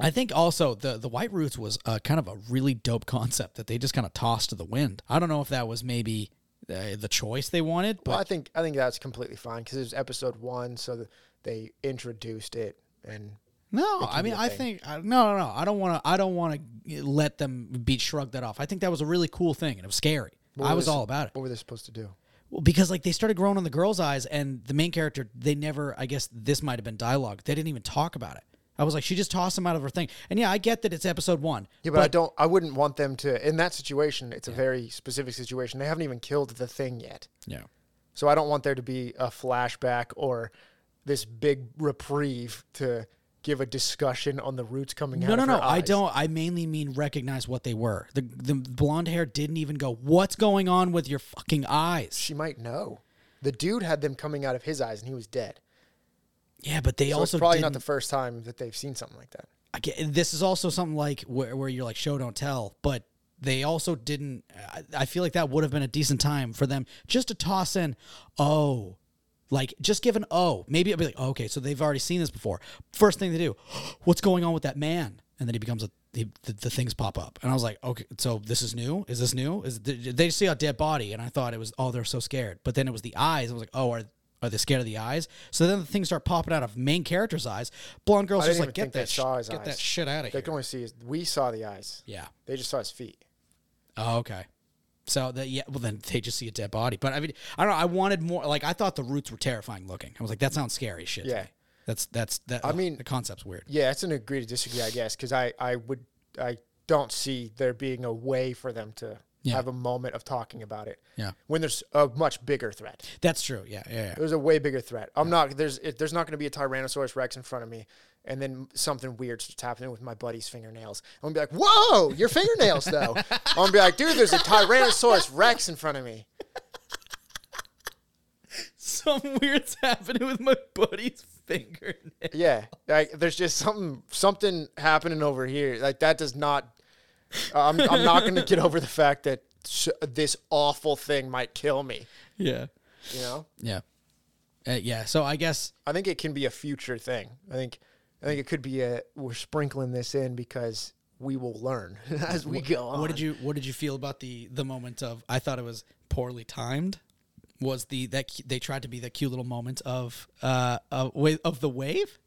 [SPEAKER 1] I think also the the White Roots was uh, kind of a really dope concept that they just kind of tossed to the wind. I don't know if that was maybe uh, the choice they wanted, but
[SPEAKER 2] Well, I think I think that's completely fine because it was episode one, so th- they introduced it and
[SPEAKER 1] No, I mean, I think I, no, no, no. I don't want to. I don't want to let them be shrug that off. I think that was a really cool thing, and it was scary. I was all about it
[SPEAKER 2] what were they supposed to do?
[SPEAKER 1] well, because like they started growing on the girl's eyes, and the main character they never. I guess this might have been dialogue. They didn't even talk about it. I was like, she just tossed him out of her thing. And yeah, I get that it's episode one.
[SPEAKER 2] Yeah, but, I don't. I wouldn't want them to. In that situation, it's a very specific situation. They haven't even killed the thing yet.
[SPEAKER 1] Yeah,
[SPEAKER 2] So I don't want there to be a flashback or this big reprieve to give a discussion on the roots coming
[SPEAKER 1] no,
[SPEAKER 2] out.
[SPEAKER 1] no,
[SPEAKER 2] of
[SPEAKER 1] no.
[SPEAKER 2] her
[SPEAKER 1] I
[SPEAKER 2] eyes.
[SPEAKER 1] don't. I mainly mean recognize what they were. The the blonde hair didn't even go. What's going on with your fucking eyes?
[SPEAKER 2] She might know. The dude had them coming out of his eyes, and he was dead.
[SPEAKER 1] Yeah, but they
[SPEAKER 2] So
[SPEAKER 1] also
[SPEAKER 2] it's probably
[SPEAKER 1] didn't-
[SPEAKER 2] not the first time that they've seen something like that.
[SPEAKER 1] I get, and this is also something like where, where you're like show don't tell, but they also didn't. I, I feel like that would have been a decent time for them just to toss in, oh, like just give an oh. Maybe it'll be like oh, okay, so they've already seen this before. First thing they do, what's going on with that man? And then he becomes a he, the, the things pop up, and I was like, okay, so this is new. Is this new? Is th- they just see a dead body? And I thought it was oh they're so scared, but then it was the eyes. I was like oh are. Are they scared of the eyes? So then the things start popping out of main character's eyes. Blonde girl's
[SPEAKER 2] I
[SPEAKER 1] just like,
[SPEAKER 2] didn't even
[SPEAKER 1] get
[SPEAKER 2] think they
[SPEAKER 1] that, sh-
[SPEAKER 2] saw his
[SPEAKER 1] get that
[SPEAKER 2] eyes.
[SPEAKER 1] shit out of
[SPEAKER 2] They
[SPEAKER 1] here.
[SPEAKER 2] can only see. His, we saw the eyes.
[SPEAKER 1] Yeah.
[SPEAKER 2] They just saw his feet.
[SPEAKER 1] Oh, okay. So that yeah, well then they just see a dead body. But I mean, I don't know. I wanted more. Like I thought the roots were terrifying looking. I was like, that sounds scary as shit. to
[SPEAKER 2] Yeah.
[SPEAKER 1] me. That's that's that. I
[SPEAKER 2] mean-
[SPEAKER 1] the concept's weird.
[SPEAKER 2] Yeah, it's an agree to disagree, I guess, because I, I would I don't see there being a way for them to
[SPEAKER 1] Yeah.
[SPEAKER 2] have a moment of talking about it.
[SPEAKER 1] Yeah.
[SPEAKER 2] When there's a much bigger threat.
[SPEAKER 1] That's true. Yeah,
[SPEAKER 2] <laughs>
[SPEAKER 1] yeah. yeah.
[SPEAKER 2] There's a way bigger threat. I'm not there's it, there's not going to be a Tyrannosaurus Rex in front of me, and then something weird starts happening with my buddy's fingernails. I'm gonna be like, "Whoa, your
[SPEAKER 1] <laughs>
[SPEAKER 2] fingernails though!" I'm gonna be like, "Dude, there's a Tyrannosaurus Rex in front of me."
[SPEAKER 1] Some weird's happening with my buddy's fingernail.
[SPEAKER 2] Yeah, like there's just something something happening over here. Like that does not. I'm I'm not gonna get over the fact that sh- this awful thing might kill me.
[SPEAKER 1] Yeah,
[SPEAKER 2] You know,
[SPEAKER 1] yeah, uh, yeah. So I guess
[SPEAKER 2] I think it can be a future thing. I think I think it could be a we're sprinkling this in because we will learn <laughs> as we go on.
[SPEAKER 1] What did you What did you feel about the the moment of? I thought it was poorly timed. Was the that cu- they tried to be the cute little moment of uh of, wa- of the wave?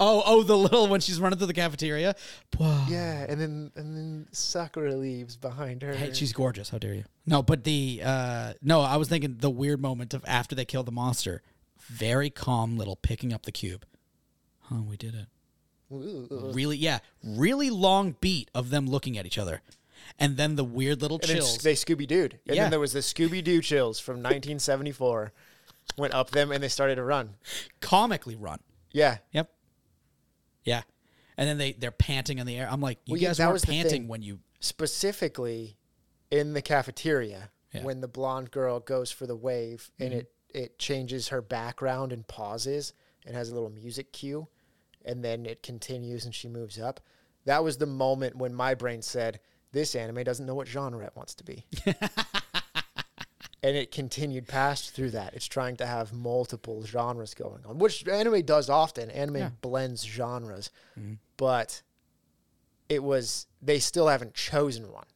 [SPEAKER 1] Oh oh, the little when she's running through the cafeteria. Wow.
[SPEAKER 2] Yeah, and then and then Sakura leaves behind her.
[SPEAKER 1] Hey, she's gorgeous. How dare you? No, but the uh no, I was thinking the weird moment of after they kill the monster. Very calm little picking up the cube. Huh, we did it.
[SPEAKER 2] Ooh, ooh.
[SPEAKER 1] Really, yeah, really long beat of them looking at each other, and then the weird little
[SPEAKER 2] And then
[SPEAKER 1] chills.
[SPEAKER 2] they Scooby Dooed. And
[SPEAKER 1] Yeah.
[SPEAKER 2] then there was the Scooby Doo chills from 1974. Went up them and they started to run.
[SPEAKER 1] comically run.
[SPEAKER 2] Yeah.
[SPEAKER 1] Yep. Yeah. And then they they're panting in the air. I'm like, you
[SPEAKER 2] Well, yeah,
[SPEAKER 1] guys
[SPEAKER 2] that
[SPEAKER 1] were
[SPEAKER 2] was the
[SPEAKER 1] panting
[SPEAKER 2] thing.
[SPEAKER 1] when you.
[SPEAKER 2] Specifically in the cafeteria
[SPEAKER 1] Yeah.
[SPEAKER 2] when the blonde girl goes for the wave and it, it changes her background and pauses and has a little music cue and then it continues and she moves up. That was the moment when my brain said, This anime doesn't know what genre it wants to be. and it continued past through that. It's trying to have multiple genres going on, which anime does often. Anime blends genres,
[SPEAKER 1] Mm-hmm.
[SPEAKER 2] but it was they still haven't chosen one.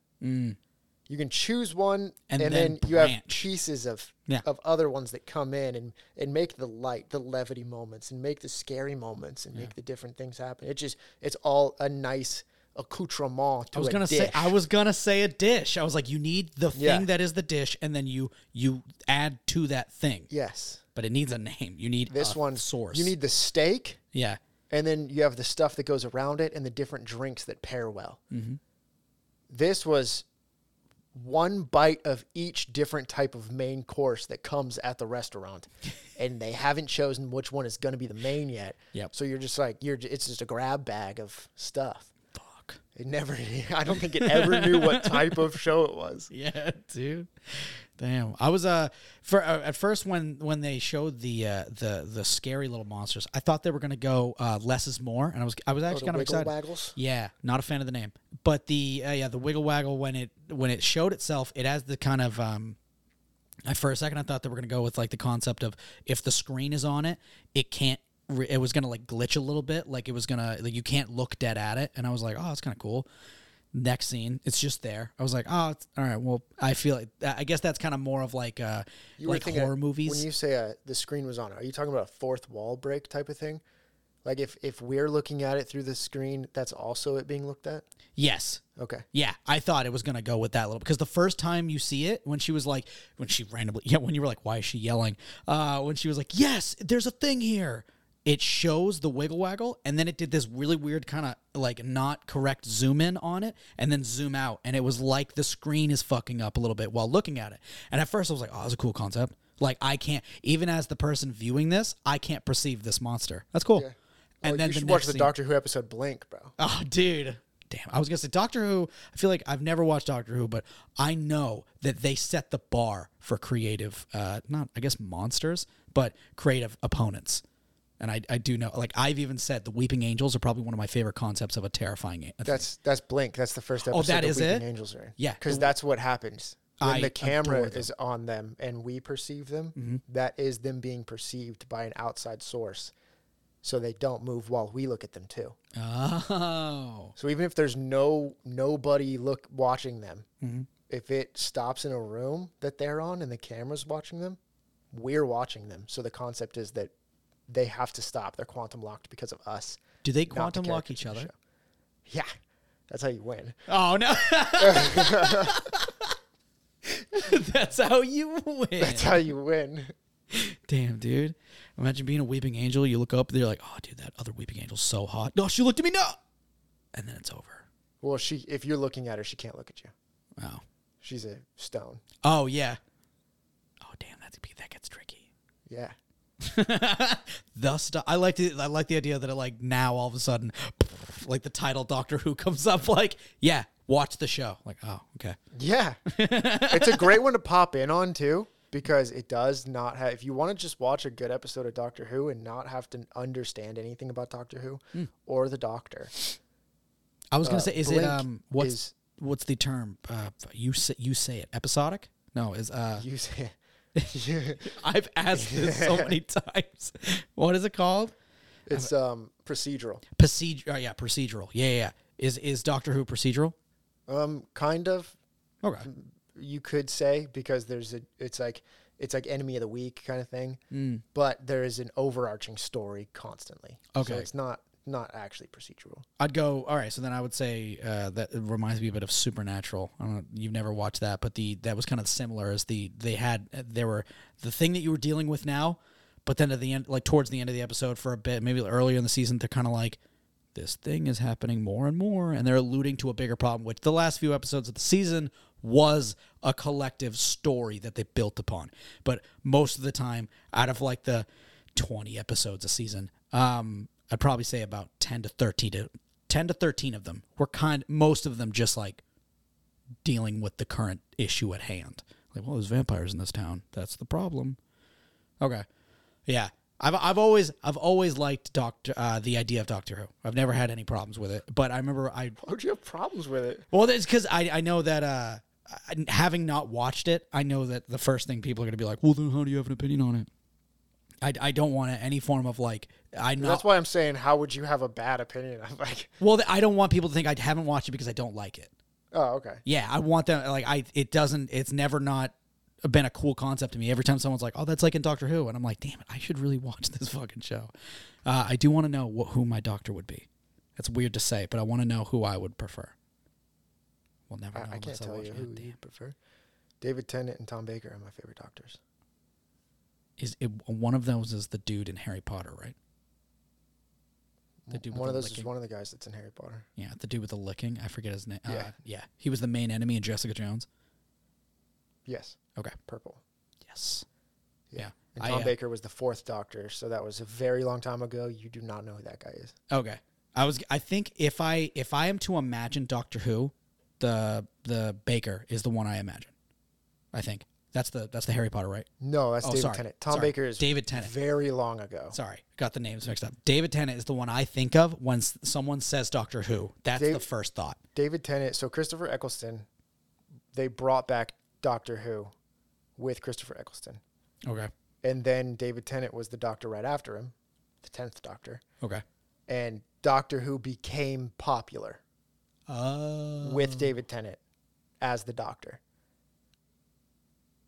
[SPEAKER 2] You can choose one,
[SPEAKER 1] Mm. And
[SPEAKER 2] and,
[SPEAKER 1] then
[SPEAKER 2] then, you have
[SPEAKER 1] branch.
[SPEAKER 2] pieces of
[SPEAKER 1] Yeah.
[SPEAKER 2] of other ones that come in and and make the light, the levity moments, and make the scary moments, and make the different things happen. It just it's all a nice accoutrement to
[SPEAKER 1] I was
[SPEAKER 2] a
[SPEAKER 1] gonna say
[SPEAKER 2] dish.
[SPEAKER 1] I was gonna say a dish. I was like, you need the thing
[SPEAKER 2] Yeah.
[SPEAKER 1] that is the dish, and then you you add to that thing.
[SPEAKER 2] yes.
[SPEAKER 1] But it needs a name. You need
[SPEAKER 2] This
[SPEAKER 1] a
[SPEAKER 2] one
[SPEAKER 1] source.
[SPEAKER 2] You need the steak.
[SPEAKER 1] yeah.
[SPEAKER 2] and then you have the stuff that goes around it and the different drinks that pair well.
[SPEAKER 1] Mm-hmm.
[SPEAKER 2] This was one bite of each different type of main course that comes at the
[SPEAKER 1] <laughs>
[SPEAKER 2] restaurant, and they haven't chosen which one is going to be the main yet.
[SPEAKER 1] Yep.
[SPEAKER 2] So you're just like you're. j- It's just a grab bag of stuff.
[SPEAKER 1] Fuck. <laughs>
[SPEAKER 2] It never. <laughs> I don't think it ever knew what type of show it was.
[SPEAKER 1] Yeah, dude. Damn. I was uh for uh, at first when when they showed the uh the the scary little monsters, I thought they were gonna go uh less is more, and I was I was actually
[SPEAKER 2] Oh, the
[SPEAKER 1] kind of
[SPEAKER 2] Wiggle
[SPEAKER 1] excited.
[SPEAKER 2] Waggles?
[SPEAKER 1] Yeah, not a fan of the name, but the uh, yeah the wiggle waggle when it when it showed itself, it has the kind of um. I, for a second, I thought they were gonna go with like the concept of if the screen is on it, it can't. re- It was gonna like glitch a little bit, like it was gonna like you can't look dead at it. And I was like, oh, that's kind of cool. Next scene, it's just there. I was like, oh, it's, all right. Well, I feel like I guess that's kind of more of like uh
[SPEAKER 2] You were
[SPEAKER 1] like
[SPEAKER 2] thinking-
[SPEAKER 1] horror movies.
[SPEAKER 2] When you say uh, the screen was on, are you talking about a fourth wall break type of thing? Like if if we're looking at it through the screen, that's also it being looked at.
[SPEAKER 1] yes,
[SPEAKER 2] Okay.
[SPEAKER 1] Yeah, I thought it was gonna go with that little because the first time you see it, when she was like, when she randomly, <laughs> yeah, when you were like, why is she yelling? Uh, when she was like, yes, there's a thing here. It shows the wiggle waggle, and then it did this really weird kind of like not correct zoom in on it, and then zoom out, and it was like the screen is fucking up a little bit while looking at it. And at first, I was like, oh, that's a cool concept. Like I can't, even as the person viewing this, I can't perceive this monster. That's cool. And
[SPEAKER 2] Well,
[SPEAKER 1] then
[SPEAKER 2] Oh, you should
[SPEAKER 1] the
[SPEAKER 2] watch
[SPEAKER 1] next
[SPEAKER 2] the
[SPEAKER 1] scene-
[SPEAKER 2] Doctor Who episode Blink, bro.
[SPEAKER 1] Oh, dude. Damn. I was going to say Doctor Who. I feel like I've never watched Doctor Who, but I know that they set the bar for creative, uh, not, I guess, monsters, but creative opponents. And I, I do know, like, I've even said the Weeping Angels are probably one of my favorite concepts of a terrifying. a-
[SPEAKER 2] That's that's Blink. That's the first episode.
[SPEAKER 1] Oh, that
[SPEAKER 2] the
[SPEAKER 1] is
[SPEAKER 2] Weeping
[SPEAKER 1] it?
[SPEAKER 2] Angels are in.
[SPEAKER 1] Yeah.
[SPEAKER 2] because that's what happens when
[SPEAKER 1] I
[SPEAKER 2] the camera
[SPEAKER 1] adore them. Mm-hmm.
[SPEAKER 2] is on them and we perceive them. that is them being perceived by an outside source, so they don't move while we look at them too.
[SPEAKER 1] Oh.
[SPEAKER 2] So even if there's no nobody look watching them, if it stops in a room that they're on and the camera's watching them, we're watching them. So the concept is that they have to stop. They're quantum locked because of us.
[SPEAKER 1] Do they
[SPEAKER 2] not the
[SPEAKER 1] quantum lock
[SPEAKER 2] characters
[SPEAKER 1] each
[SPEAKER 2] in the
[SPEAKER 1] other?
[SPEAKER 2] show. Yeah. That's how you win. <laughs>
[SPEAKER 1] Oh, no. <laughs> That's how you win.
[SPEAKER 2] That's how you win.
[SPEAKER 1] Damn, dude. Imagine being a weeping angel. You look up, they're like, oh, dude, that other weeping angel's so hot. No, she looked at me, no. And then it's over.
[SPEAKER 2] Well, she if you're looking at her, she can't look at you.
[SPEAKER 1] Oh.
[SPEAKER 2] She's a stone.
[SPEAKER 1] Oh, yeah. Oh, damn, that's, that gets tricky. <laughs>
[SPEAKER 2] Yeah.
[SPEAKER 1] The stuff I liked it. I like the idea that it like now all of a sudden, <laughs> like the title Doctor Who comes up. <laughs> Like, yeah, watch the show. Like, oh, okay.
[SPEAKER 2] Yeah. it's a great one to pop in on too because it does not have if you want to just watch a good episode of Doctor Who and not have to understand anything about Doctor Who or the Doctor. <laughs>
[SPEAKER 1] I was gonna
[SPEAKER 2] Uh,
[SPEAKER 1] say, is it
[SPEAKER 2] Blink
[SPEAKER 1] um, what's
[SPEAKER 2] is-
[SPEAKER 1] what's the term? Uh, you say you say it episodic? No, is
[SPEAKER 2] <laughs>
[SPEAKER 1] uh,
[SPEAKER 2] You say <laughs>
[SPEAKER 1] I've asked this so many times. What is it called?
[SPEAKER 2] It's um procedural.
[SPEAKER 1] Procedural, oh, yeah, procedural. Yeah, yeah, yeah. Is is Doctor Who procedural?
[SPEAKER 2] Um, kind of
[SPEAKER 1] Okay.
[SPEAKER 2] you could say because there's a it's like it's like enemy of the week kind of thing, but there is an overarching story constantly.
[SPEAKER 1] Okay.
[SPEAKER 2] so it's not not actually procedural.
[SPEAKER 1] I'd go. All right, so then I would say uh, that it reminds me a bit of Supernatural. I don't know, you've never watched that, but the that was kind of similar as the they had uh, there were the thing that you were dealing with now, but then at the end, like towards the end of the episode, for a bit, maybe earlier in the season, they're kind of like this thing is happening more and more, and they're alluding to a bigger problem, which the last few episodes of the season was a collective story that they built upon. But most of the time, out of like the twenty episodes a season, um, I'd probably say about ten to thirteen to ten to thirteen of them were kind. Most of them just like dealing with the current issue at hand. Like, well, there's vampires in this town. That's the problem. Okay, yeah. I've, I've always I've always liked Doctor uh, the idea of Doctor Who. I've never had any problems with it, but I remember I
[SPEAKER 2] Why would you have problems with it?
[SPEAKER 1] well, it's because I, I know that uh, I- having not watched it, I know that the first thing people are going to be like, well, then how do you have an opinion on it? I, I don't want any form of like I not
[SPEAKER 2] That's why I'm saying, how would you have a bad opinion? I'm like,
[SPEAKER 1] well I don't want people to think I haven't watched it because I don't like it.
[SPEAKER 2] oh, okay.
[SPEAKER 1] Yeah, I want them like I it doesn't it's never not been a cool concept to me. Every time someone's like, "Oh, that's like in Doctor Who," and I'm like, "Damn it, I should really watch this fucking show." Uh, I do want to know what, who my doctor would be. That's weird to say, but I want to know who I would prefer. We'll never know
[SPEAKER 2] I, I can't
[SPEAKER 1] unless I
[SPEAKER 2] tell
[SPEAKER 1] watch
[SPEAKER 2] you
[SPEAKER 1] it.
[SPEAKER 2] who
[SPEAKER 1] Damn.
[SPEAKER 2] you prefer. David Tennant and Tom Baker are my favorite doctors.
[SPEAKER 1] is it, one of those is the dude in Harry Potter, right? The
[SPEAKER 2] M-
[SPEAKER 1] dude with
[SPEAKER 2] one of
[SPEAKER 1] the
[SPEAKER 2] those is
[SPEAKER 1] licking.
[SPEAKER 2] one of the guys that's in Harry Potter.
[SPEAKER 1] Yeah, the dude with the licking. I forget his name. Uh,
[SPEAKER 2] Yeah.
[SPEAKER 1] yeah, he was the main enemy in Jessica Jones.
[SPEAKER 2] Yes,
[SPEAKER 1] Okay.
[SPEAKER 2] purple.
[SPEAKER 1] Yes.
[SPEAKER 2] Yeah. And
[SPEAKER 1] I,
[SPEAKER 2] Tom
[SPEAKER 1] uh,
[SPEAKER 2] Baker was the fourth doctor, so that was a very long time ago. You do not know who that guy is.
[SPEAKER 1] Okay. I was. I think if I if I am to imagine Doctor Who, the the Baker is the one I imagine. I think that's the that's the Harry Potter, right?
[SPEAKER 2] No, that's
[SPEAKER 1] Oh,
[SPEAKER 2] David
[SPEAKER 1] sorry.
[SPEAKER 2] Tennant. Tom
[SPEAKER 1] Sorry.
[SPEAKER 2] Baker is
[SPEAKER 1] David
[SPEAKER 2] <laughs>
[SPEAKER 1] Tennant.
[SPEAKER 2] very long ago.
[SPEAKER 1] Sorry, got the names mixed up. David Tennant is the one I think of when s- someone says Doctor Who. That's the
[SPEAKER 2] Dave-
[SPEAKER 1] first thought.
[SPEAKER 2] David Tennant. So Christopher Eccleston, they brought back Doctor Who with Christopher Eccleston,
[SPEAKER 1] Okay.
[SPEAKER 2] and then David Tennant was the doctor right after him, the tenth doctor,
[SPEAKER 1] Okay.
[SPEAKER 2] and Doctor Who became popular
[SPEAKER 1] Uh,
[SPEAKER 2] with David Tennant as the doctor,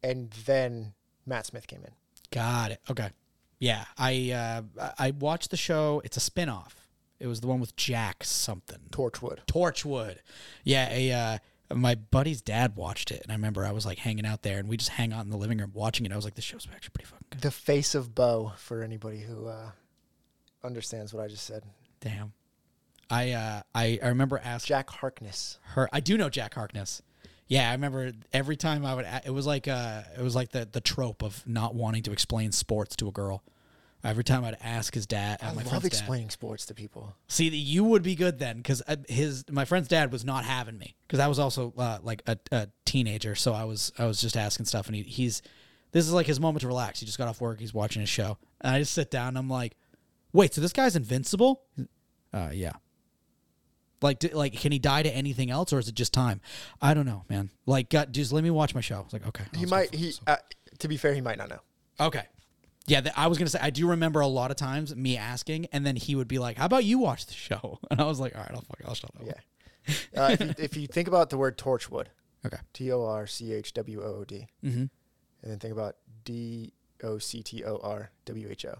[SPEAKER 2] and then Matt Smith came in.
[SPEAKER 1] Got it. Okay. Yeah, I uh, I I watched the show. It's a spinoff. It was the one with Jack something.
[SPEAKER 2] Torchwood.
[SPEAKER 1] Torchwood. Yeah, a uh, my buddy's dad watched it, and I remember I was like hanging out there, and we just hang out in the living room watching it. I was like, this show's actually pretty fucking good.
[SPEAKER 2] The face of Bo for anybody who uh, understands what I just said.
[SPEAKER 1] Damn. I uh, I I remember asking.
[SPEAKER 2] Jack Harkness.
[SPEAKER 1] her. I do know Jack Harkness. Yeah, I remember every time I would. a- It was like uh, it was like the the trope of not wanting to explain sports to a girl. Every time I'd ask his dad,
[SPEAKER 2] I
[SPEAKER 1] my
[SPEAKER 2] love
[SPEAKER 1] friend's dad,
[SPEAKER 2] explaining sports to people.
[SPEAKER 1] See, that you would be good then, because his my friend's dad was not having me, because I was also uh, like a, a teenager, so I was I was just asking stuff, and he, he's this is like his moment to relax. He just got off work, he's watching his show, and I just sit down, and I'm like, wait, so this guy's invincible? Uh, yeah. Like, d like, can he die to anything else, or is it just time? I don't know, man. Like, God, just let me watch my show. It's like, okay,
[SPEAKER 2] He
[SPEAKER 1] I'll-
[SPEAKER 2] might. He uh, to be fair, he might not know.
[SPEAKER 1] Okay. Yeah, th- I was gonna say I do remember a lot of times me asking, and then he would be like, "How about you watch the show?" <laughs> And I was like, "All right, I'll fuck, I'll shut up."
[SPEAKER 2] Yeah. Uh, if, you, if you think about the word Torchwood,
[SPEAKER 1] Okay.
[SPEAKER 2] T O R C H W O O D,
[SPEAKER 1] Mm-hmm.
[SPEAKER 2] and then think about D O C T O R W H O.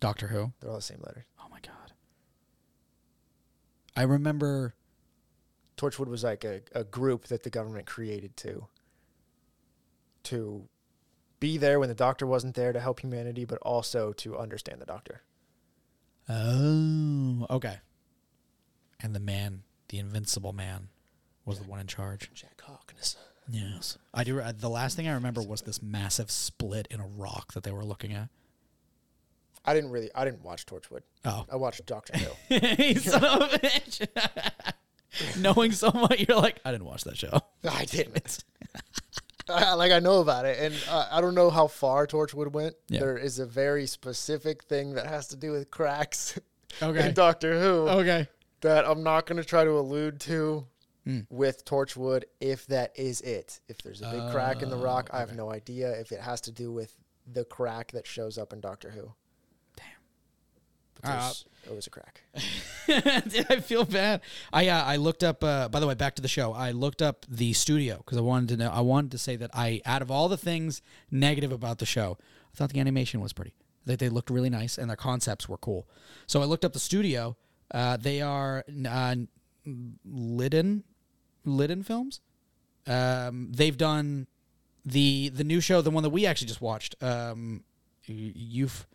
[SPEAKER 1] Doctor Who.
[SPEAKER 2] They're all the same letter.
[SPEAKER 1] Oh my god. I remember.
[SPEAKER 2] Torchwood was like a, a group that the government created to to be there when the doctor wasn't there to help humanity, but also to understand the doctor.
[SPEAKER 1] Oh, okay. And the man, the invincible man, was the one in charge.
[SPEAKER 2] Jack Harkness.
[SPEAKER 1] Yes, I do. Uh, the last thing I remember was this massive split in a rock that they were looking at.
[SPEAKER 2] I didn't really. I didn't watch Torchwood.
[SPEAKER 1] <laughs> Oh,
[SPEAKER 2] I watched Doctor Who.
[SPEAKER 1] <laughs> son of a <laughs> bitch! Knowing so much, you're like, I didn't watch that show.
[SPEAKER 2] I didn't. Uh, like I know about it, and uh, I don't know how far Torchwood went.
[SPEAKER 1] Yeah.
[SPEAKER 2] There is a very specific thing that has to do with cracks
[SPEAKER 1] Okay.
[SPEAKER 2] <laughs> in Doctor Who
[SPEAKER 1] Okay.
[SPEAKER 2] that I'm not going to try to allude to with Torchwood. If that is it, if there's a big crack in the rock, I have no idea. If it has to do with the crack that shows up in Doctor Who,
[SPEAKER 1] All right,
[SPEAKER 2] There's always a crack. <laughs>
[SPEAKER 1] <laughs> Dude, I feel bad. I uh, I looked up. Uh, by the way, back to the show. I looked up the studio because I wanted to know. I wanted to say that I, out of all the things negative about the show, I thought the animation was pretty. That they looked really nice and their concepts were cool. So I looked up the studio. Uh, they are uh, Lydon, Lydon Films. Um, they've done the the new show, the one that we actually just watched. Um, you've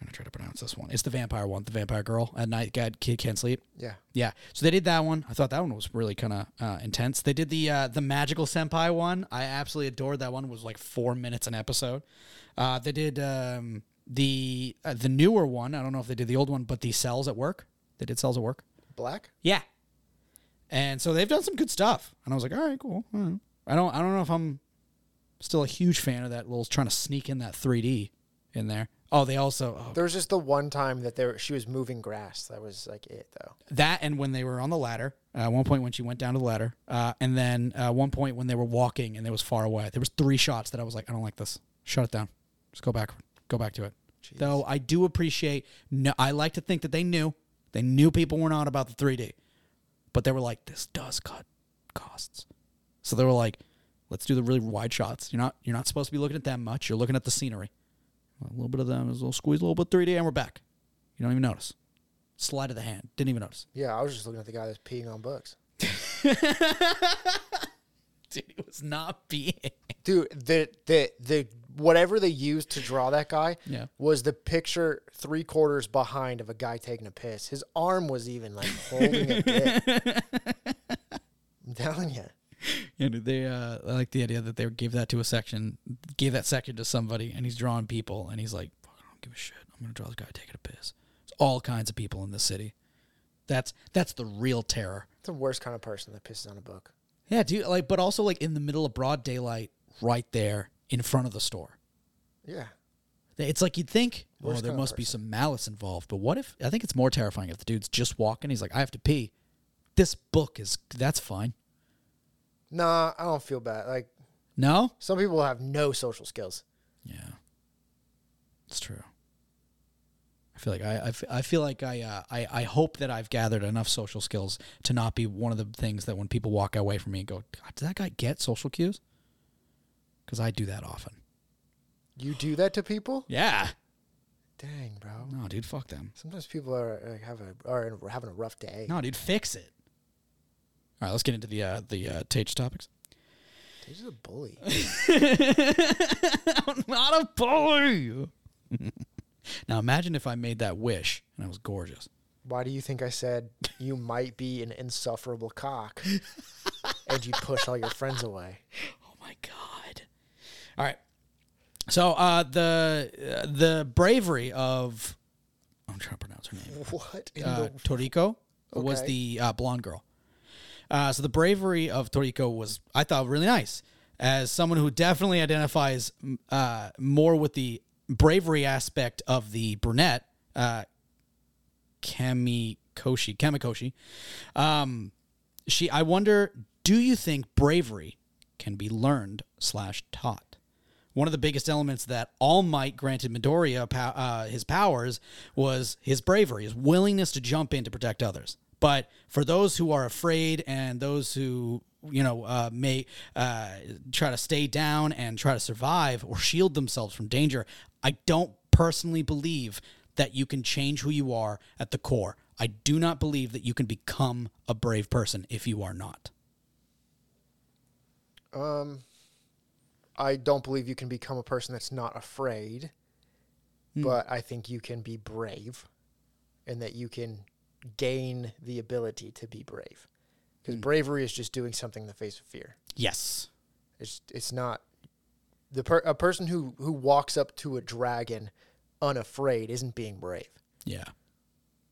[SPEAKER 1] I'm gonna try to pronounce this one. It's the vampire one, the vampire girl at night. God, kid can't sleep.
[SPEAKER 2] Yeah.
[SPEAKER 1] Yeah, so they did that one. I thought that one was really kind of uh, intense. They did the uh, the magical senpai one. I absolutely adored that one. It was like four minutes an episode. Uh, they did um, the uh, the newer one. I don't know if they did the old one, but the cells at work. They did cells at work.
[SPEAKER 2] Black?
[SPEAKER 1] Yeah. And so they've done some good stuff. And I was like, all right, cool. All right. I don't I don't know if I'm still a huge fan of that little trying to sneak in that 3D in there. Oh, they also oh,
[SPEAKER 2] There was just the one time that there she was moving grass. That was like it though.
[SPEAKER 1] that and when they were on the ladder. Uh, one point when she went down to the ladder, uh, and then uh, one point when they were walking and they was far away. There was three shots that I was like, I don't like this. Shut it down. Just go back. Go back to it. Though I do appreciate. No, I like to think that they knew. They knew people weren't on about the 3D, but they were like, this does cut costs. So they were like, let's do the really wide shots. You're not you're not supposed to be looking at that much. You're looking at the scenery. A little bit of them, a little squeeze, a little bit 3D, and we're back. You don't even notice. Slide of the hand. Didn't even notice.
[SPEAKER 2] Yeah, I was just looking at the guy that's peeing on books.
[SPEAKER 1] Dude, it was not being.
[SPEAKER 2] Dude, the the the whatever they used to draw that guy
[SPEAKER 1] Yeah.
[SPEAKER 2] was the picture three quarters behind of a guy taking a piss. His arm was even
[SPEAKER 1] <laughs>
[SPEAKER 2] like holding a dick. I'm telling you.
[SPEAKER 1] You know, they uh, I like the idea that they gave that to a section, gave that section to somebody, and he's drawing people, and he's like, Fuck, I don't give a shit. I'm gonna draw this guy taking a piss. There's all kinds of people in this city. That's that's the real terror.
[SPEAKER 2] It's the worst kind of person that pisses on a book.
[SPEAKER 1] Yeah, dude. Like, but also like in the middle of broad daylight, right there in front of the store.
[SPEAKER 2] Yeah.
[SPEAKER 1] It's like you'd think, oh,
[SPEAKER 2] Worst
[SPEAKER 1] there
[SPEAKER 2] kind of
[SPEAKER 1] must be some malice involved. But what if? I think it's more terrifying if the dude's just walking. He's like, I have to pee. This book is that's fine.
[SPEAKER 2] Nah, I don't feel bad. Like
[SPEAKER 1] No,
[SPEAKER 2] some people have no social skills.
[SPEAKER 1] Yeah, it's true. I feel like I, I, f- I feel like I, uh, I I hope that I've gathered enough social skills to not be one of the things that when people walk away from me and go, God, "Did that guy get social cues?" Because I do that often.
[SPEAKER 2] You do that to people?
[SPEAKER 1] Yeah.
[SPEAKER 2] Dang, bro.
[SPEAKER 1] No, dude, fuck them.
[SPEAKER 2] Sometimes people are like, have a are in- having a rough day.
[SPEAKER 1] No, dude, fix it. All right, let's get into the uh, the uh, Tage topics.
[SPEAKER 2] He's just a bully.
[SPEAKER 1] I'm not a boy. <laughs> now imagine if I made that wish and I was gorgeous.
[SPEAKER 2] Why do you think I said you might be an insufferable cock and you push all your friends away?
[SPEAKER 1] Oh my god! All right. So uh, the uh, the bravery of I'm trying to pronounce her name.
[SPEAKER 2] What in
[SPEAKER 1] Uh,
[SPEAKER 2] the
[SPEAKER 1] Toriko was
[SPEAKER 2] Okay.
[SPEAKER 1] the uh, blonde girl. Uh, so the bravery of Toriko was I thought really nice as someone who definitely identifies m- uh, more with the bravery aspect of the brunette. Uh, Kamikoshi, Kamikoshi. Um, she, I wonder, do you think bravery can be learned slash taught? One of the biggest elements that All Might granted Midoriya pow- uh, his powers was his bravery, his willingness to jump in to protect others. But for those who are afraid and those who you know uh, may uh, try to stay down and try to survive or shield themselves from danger, I don't personally believe that you can change who you are at the core. I do not believe that you can become a brave person if you are not.
[SPEAKER 2] Um, I don't believe you can become a person that's not afraid, but I think you can be brave, and that you can gain the ability to be brave. Because bravery is just doing something in the face of fear.
[SPEAKER 1] Yes.
[SPEAKER 2] It's it's not the per, a person who who walks up to a dragon unafraid isn't being brave.
[SPEAKER 1] Yeah.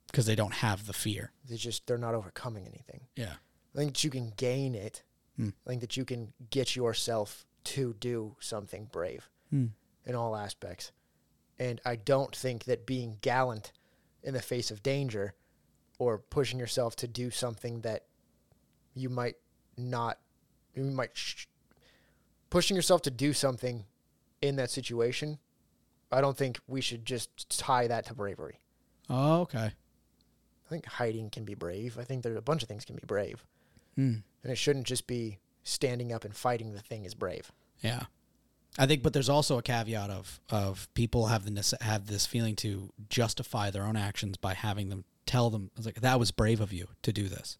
[SPEAKER 1] Because they don't have the fear.
[SPEAKER 2] They just they're not overcoming anything.
[SPEAKER 1] Yeah.
[SPEAKER 2] I think that you can gain it. I think that you can get yourself to do something brave in all aspects. And I don't think that being gallant in the face of danger or pushing yourself to do something that you might not, you might, sh- pushing yourself to do something in that situation, I don't think we should just tie that to bravery.
[SPEAKER 1] Oh, okay.
[SPEAKER 2] I think hiding can be brave. I think there a bunch of things can be brave.
[SPEAKER 1] Hmm.
[SPEAKER 2] And it shouldn't just be standing up and fighting the thing is brave.
[SPEAKER 1] Yeah. I think, but there's also a caveat of of people have the nece- have this feeling to justify their own actions by having them tell them it's like that was brave of you to do this.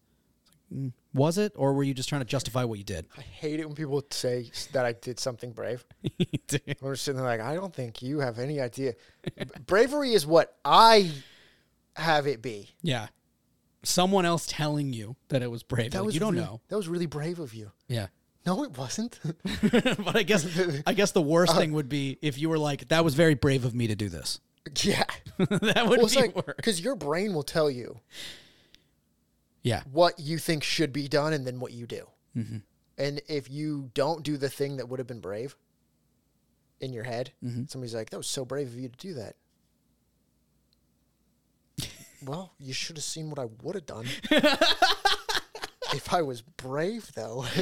[SPEAKER 1] Mm, Was it, or were you just trying to justify what you <laughs> did?
[SPEAKER 2] I hate it when people say s- that I did something brave. I'm just sitting there like, I don't think you have any idea. B- <laughs> Bravery is what I have it be.
[SPEAKER 1] yeah, someone else telling you that it was brave.
[SPEAKER 2] That
[SPEAKER 1] like,
[SPEAKER 2] was
[SPEAKER 1] you don't
[SPEAKER 2] really-
[SPEAKER 1] know.
[SPEAKER 2] That was really brave of you.
[SPEAKER 1] Yeah,
[SPEAKER 2] No, it wasn't. <laughs>
[SPEAKER 1] <laughs> but I guess I guess the
[SPEAKER 2] Uh,
[SPEAKER 1] worst thing would be if you were like, "That was very brave of me to do this." <laughs>
[SPEAKER 2] <laughs> yeah.
[SPEAKER 1] that would
[SPEAKER 2] Well, it's
[SPEAKER 1] be
[SPEAKER 2] <laughs> like,
[SPEAKER 1] worse.
[SPEAKER 2] because your brain will tell you
[SPEAKER 1] Yeah,
[SPEAKER 2] what you think should be done and then what you do. And if you don't do the thing that would have been brave in your head, somebody's like, that was so brave of you to do that. well, you should have seen what I would have done. if I was brave, though. <laughs>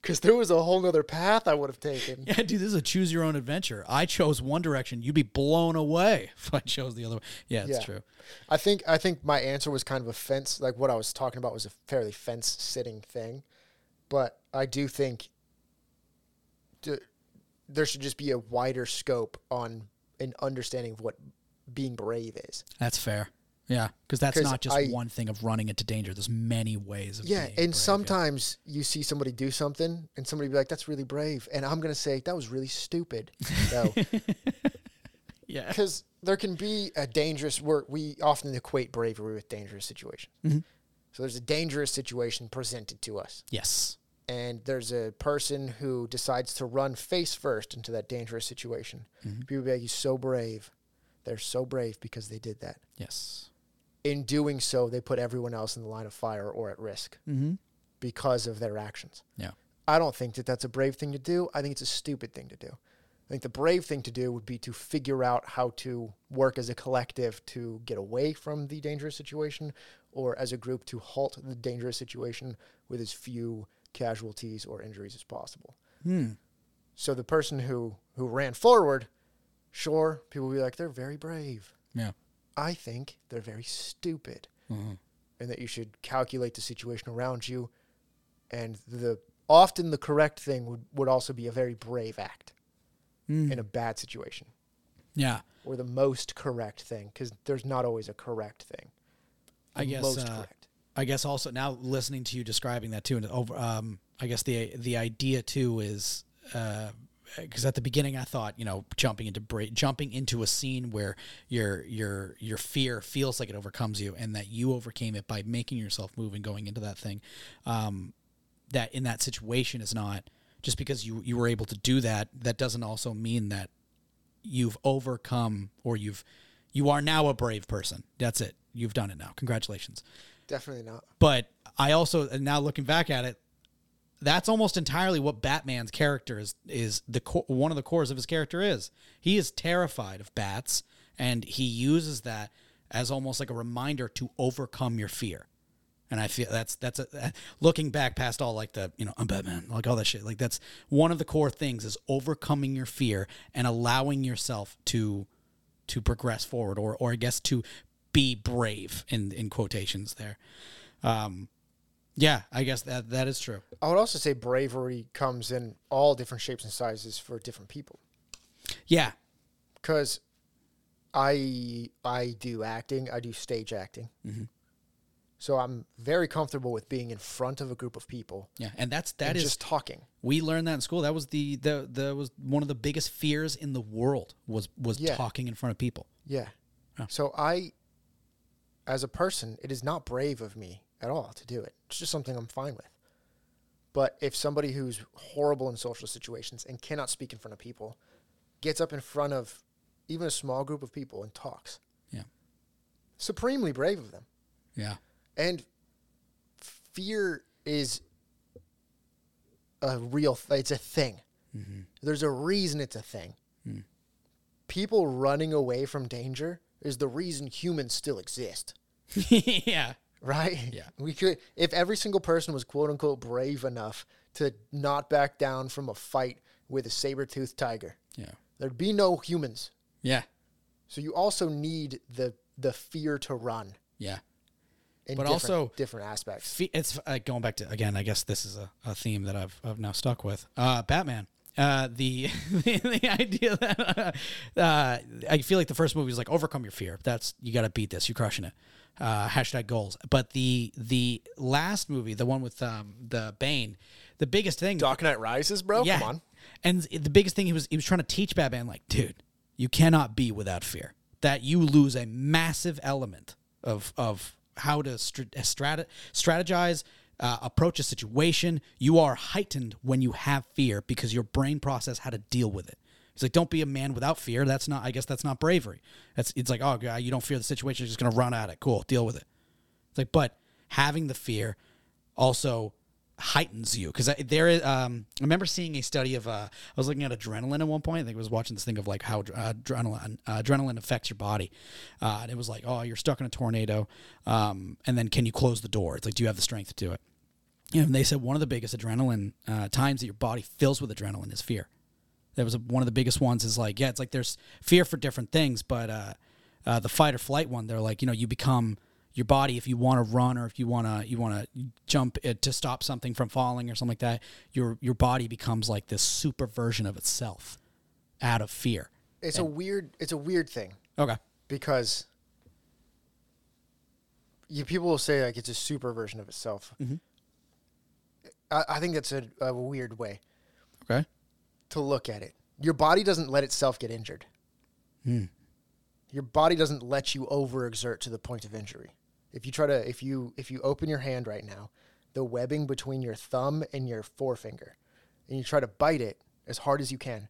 [SPEAKER 2] Because there was a whole nother path I would have taken.
[SPEAKER 1] yeah, dude. This is a choose your own adventure. I chose one direction. You'd be blown away <laughs> if I chose the other. way. Yeah, that's
[SPEAKER 2] Yeah.
[SPEAKER 1] true.
[SPEAKER 2] I think I think my answer was kind of a fence. Like what I was talking about was a fairly fence sitting thing, but I do think th- there should just be a wider scope on an understanding of what being brave is.
[SPEAKER 1] That's fair. Yeah, because that's
[SPEAKER 2] 'Cause
[SPEAKER 1] not just
[SPEAKER 2] I-
[SPEAKER 1] one thing of running into danger. There's many ways of being
[SPEAKER 2] Yeah, and
[SPEAKER 1] brave.
[SPEAKER 2] sometimes you see somebody do something, and somebody be like, "That's really brave," and I'm gonna say, "That was really stupid,"
[SPEAKER 1] <laughs>
[SPEAKER 2] though,
[SPEAKER 1] yeah,
[SPEAKER 2] because there can be a dangerous. Where we often equate bravery with dangerous situations.
[SPEAKER 1] Mm-hmm.
[SPEAKER 2] So there's a dangerous situation presented to us.
[SPEAKER 1] yes,
[SPEAKER 2] and there's a person who decides to run face first into that dangerous situation. People be like, "You're so brave." They're so brave because they did that.
[SPEAKER 1] yes,
[SPEAKER 2] In doing so, they put everyone else in the line of fire or at risk
[SPEAKER 1] Mm-hmm.
[SPEAKER 2] because of their actions.
[SPEAKER 1] yeah,
[SPEAKER 2] I don't think that that's a brave thing to do. I think it's a stupid thing to do. I think the brave thing to do would be to figure out how to work as a collective to get away from the dangerous situation or as a group to halt the dangerous situation with as few casualties or injuries as possible.
[SPEAKER 1] Hmm.
[SPEAKER 2] So the person who, who ran forward, sure, people will be like, they're very brave.
[SPEAKER 1] yeah,
[SPEAKER 2] I think they're very stupid
[SPEAKER 1] Mm-hmm.
[SPEAKER 2] and that you should calculate the situation around you. And the often the correct thing would, would also be a very brave act
[SPEAKER 1] Hmm.
[SPEAKER 2] in a bad situation
[SPEAKER 1] yeah.
[SPEAKER 2] or the most correct thing because there's not always a correct thing.
[SPEAKER 1] I
[SPEAKER 2] The
[SPEAKER 1] guess
[SPEAKER 2] most
[SPEAKER 1] uh,
[SPEAKER 2] correct.
[SPEAKER 1] I guess also now listening to you describing that too, and over, um, I guess the the idea too is because at the beginning I thought you know jumping into bra- jumping into a scene where your your your fear feels like it overcomes you, and that you overcame it by making yourself move and going into that thing. Um, that in that situation is not just because you you were able to do that. That doesn't also mean that you've overcome or you've you are now a brave person. That's it. You've done it now. Congratulations
[SPEAKER 2] Definitely not.
[SPEAKER 1] but I also and now looking back at it, that's almost entirely what Batman's character is is the co- one of the cores of his character is. He is terrified of bats, and he uses that as almost like a reminder to overcome your fear. And I feel that's that's a, that- looking back past all like the you know I'm Batman like all that shit like that's one of the core things is overcoming your fear and allowing yourself to to progress forward or or I guess to be brave in in quotations there. Yeah, I guess that that is true.
[SPEAKER 2] I would also say bravery comes in all different shapes and sizes for different people.
[SPEAKER 1] Yeah,
[SPEAKER 2] because I I do acting, I do stage acting,
[SPEAKER 1] Mm-hmm.
[SPEAKER 2] so I'm very comfortable with being in front of a group of people
[SPEAKER 1] yeah, and that's
[SPEAKER 2] and
[SPEAKER 1] that is
[SPEAKER 2] just talking.
[SPEAKER 1] we learned that in school. That was the the that was one of the biggest fears in the world was was
[SPEAKER 2] Yeah.
[SPEAKER 1] talking in front of people.
[SPEAKER 2] Yeah. So I, as a person, it is not brave of me at all to do it. It's just something I'm fine with. But if somebody who's horrible in social situations and cannot speak in front of people gets up in front of even a small group of people and talks,
[SPEAKER 1] Yeah,
[SPEAKER 2] supremely brave of them. <laughs>
[SPEAKER 1] yeah,
[SPEAKER 2] and fear is a real th- it's a thing
[SPEAKER 1] Mm-hmm.
[SPEAKER 2] there's a reason it's a thing
[SPEAKER 1] Hmm.
[SPEAKER 2] people running away from danger is the reason humans still exist <laughs>
[SPEAKER 1] yeah,
[SPEAKER 2] right
[SPEAKER 1] Yeah.
[SPEAKER 2] we could if every single person was quote unquote brave enough to not back down from a fight with a saber-toothed tiger
[SPEAKER 1] yeah,
[SPEAKER 2] there'd be no humans
[SPEAKER 1] yeah.
[SPEAKER 2] So you also need the the fear to run
[SPEAKER 1] Yeah.
[SPEAKER 2] in
[SPEAKER 1] But
[SPEAKER 2] different,
[SPEAKER 1] also-
[SPEAKER 2] different aspects.
[SPEAKER 1] Fe- It's uh, going back to again. I guess this is a, a theme that I've I've now stuck with. Uh, Batman. Uh, the, <laughs> the idea that uh, uh, I feel like the first movie was like overcome your fear. That's you got to beat this. You're crushing it. Uh, hashtag goals. But the the last movie, the one with um, the Bane, the biggest thing.
[SPEAKER 2] Dark Knight Rises, bro.
[SPEAKER 1] yeah.
[SPEAKER 2] Oh, Come on.
[SPEAKER 1] And the biggest thing he was he was trying to teach Batman, like, dude, you cannot be without fear. That you lose a massive element of of how to str- strat- strategize, uh, approach a situation. You are heightened when you have fear because your brain process how to deal with it. He's like, don't be a man without fear. That's not. I guess that's not bravery. That's. It's like, oh, God, you don't fear the situation. You're just gonna run at it. Cool, deal with it. It's like, but having the fear also heightens you because there is. Um, I remember seeing a study of. Uh, I was looking at adrenaline at one point. I think I was watching this thing of like how adr- uh, adrenaline uh, adrenaline affects your body. Uh, and it was like, oh, you're stuck in a tornado, um, and then can you close the door? It's like, do you have the strength to do it? You know, and they said one of the biggest adrenaline uh, times that your body fills with adrenaline is fear. That was one of the biggest ones. Is like, yeah, it's like there's fear for different things, but uh, uh, the fight or flight one, they're like, you know, you become your body if you want to run or if you want to you want to jump it to stop something from falling or something like that. Your your body becomes like this super version of itself out of fear.
[SPEAKER 2] It's a weird it's a weird thing
[SPEAKER 1] Okay.
[SPEAKER 2] because you people will say like it's a super version of itself. I, I think that's a, a weird way
[SPEAKER 1] Okay.
[SPEAKER 2] to look at it. Your body doesn't let itself get injured. Your body doesn't let you overexert to the point of injury. If you try to if you if you open your hand right now, the webbing between your thumb and your forefinger, and you try to bite it as hard as you can,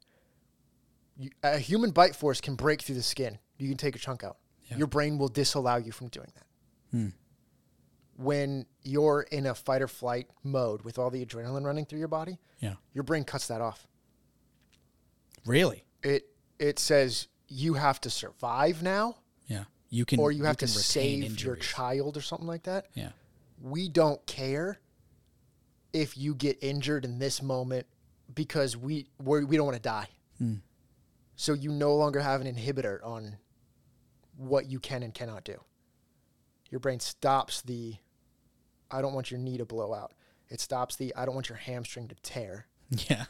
[SPEAKER 2] you, a human bite force can break through the skin. You can take a chunk out. Your brain will disallow you from doing that. When you're in a fight or flight mode with all the adrenaline running through your body,
[SPEAKER 1] Yeah.
[SPEAKER 2] your brain cuts that off
[SPEAKER 1] Really.
[SPEAKER 2] it it says you have to survive now
[SPEAKER 1] Yeah. You can
[SPEAKER 2] or you have
[SPEAKER 1] can
[SPEAKER 2] to
[SPEAKER 1] retain
[SPEAKER 2] save your
[SPEAKER 1] injuries.
[SPEAKER 2] child or something like that
[SPEAKER 1] Yeah. <laughs>
[SPEAKER 2] we don't care if you get injured in this moment because we we're, we don't want to die
[SPEAKER 1] Hmm.
[SPEAKER 2] so you no longer have an inhibitor on what you can and cannot do your brain stops the i don't want your knee to blow out it stops the i don't want your hamstring to
[SPEAKER 1] <laughs>
[SPEAKER 2] tear
[SPEAKER 1] Yeah.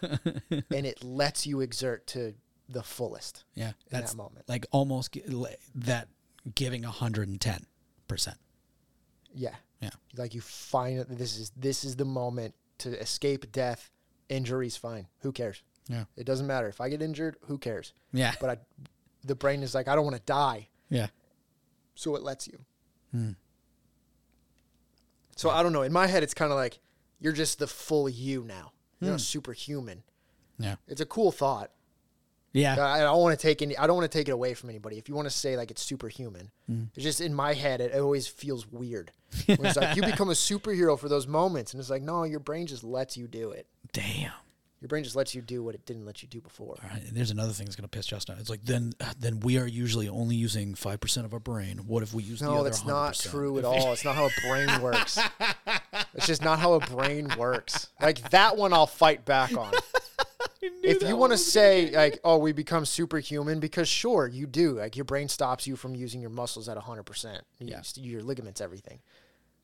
[SPEAKER 2] and it lets you exert to the fullest
[SPEAKER 1] yeah.
[SPEAKER 2] in
[SPEAKER 1] That's
[SPEAKER 2] that moment
[SPEAKER 1] like almost gi- li- that giving 110 percent
[SPEAKER 2] yeah
[SPEAKER 1] yeah
[SPEAKER 2] like you find that this is this is the moment to escape death injuries fine who cares
[SPEAKER 1] yeah
[SPEAKER 2] it doesn't matter if i get injured who cares
[SPEAKER 1] yeah
[SPEAKER 2] but i the brain is like i don't want to die
[SPEAKER 1] yeah Hmm.
[SPEAKER 2] so it lets you so i don't know in my head it's kind of like you're just the full you now you're
[SPEAKER 1] Hmm.
[SPEAKER 2] not superhuman
[SPEAKER 1] yeah
[SPEAKER 2] it's a cool thought
[SPEAKER 1] yeah
[SPEAKER 2] <laughs> I I don't want to take any. I don't want to take it away from anybody. If you want to say like it's superhuman, it's just in my head. It always feels weird. When it's like you become a superhero for those moments, and it's like no, your brain just lets you do it.
[SPEAKER 1] damn
[SPEAKER 2] Your brain just lets you do what it didn't let you do before.
[SPEAKER 1] All right, there's another thing that's going to piss justin off. it's like then then we are usually only using 5% of our brain what if we use the
[SPEAKER 2] No,
[SPEAKER 1] other
[SPEAKER 2] that's not
[SPEAKER 1] 100%?
[SPEAKER 2] true at all. It's not how a
[SPEAKER 1] <laughs>
[SPEAKER 2] brain works. It's just not how a brain works. Like that one, I'll fight
[SPEAKER 1] <laughs>
[SPEAKER 2] back on. If you want to say like, "Oh, we become superhuman," because sure, you do. Like your brain stops you from using your muscles at hundred percent.
[SPEAKER 1] Yeah.
[SPEAKER 2] your ligaments, everything.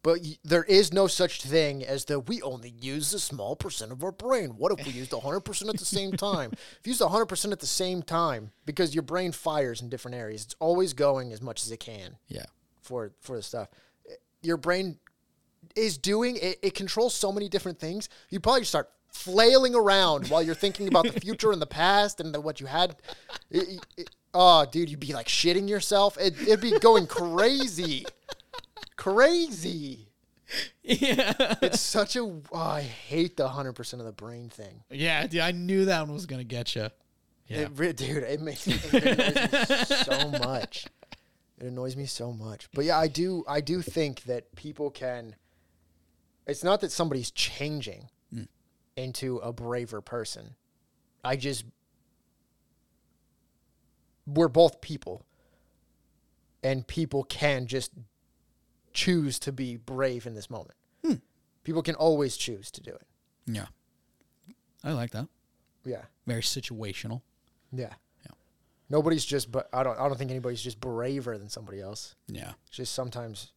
[SPEAKER 2] But y- there is no such thing as the we only use a small percent of our brain. What if we used 100% at the
[SPEAKER 1] <laughs>
[SPEAKER 2] same time? if you used 100% at the same time, because your brain fires in different areas, it's always going as much as it can
[SPEAKER 1] yeah
[SPEAKER 2] for for the stuff. Your brain is doing it, it controls so many different things. You probably start flailing around while you're thinking about the future and the past and the, what you had. It- it- oh, dude, you'd be like shitting yourself. It, it'd be going crazy, crazy.
[SPEAKER 1] yeah
[SPEAKER 2] It's such a. oh, I hate the hundred percent of the brain thing.
[SPEAKER 1] <laughs> yeah dude, i knew that one was going to get you Yeah.
[SPEAKER 2] It re- dude, it makes it annoys me so much. It annoys me so much. But yeah, I do I do think that people can it's not that somebody's changing into a braver person. I just we're both people. And people can just choose to be brave in this moment. People can always choose to do it.
[SPEAKER 1] yeah i like that
[SPEAKER 2] Yeah.
[SPEAKER 1] very situational
[SPEAKER 2] Yeah.
[SPEAKER 1] Yeah.
[SPEAKER 2] nobody's just but I don't I don't think anybody's just braver than somebody else.
[SPEAKER 1] Yeah.
[SPEAKER 2] It's just sometimes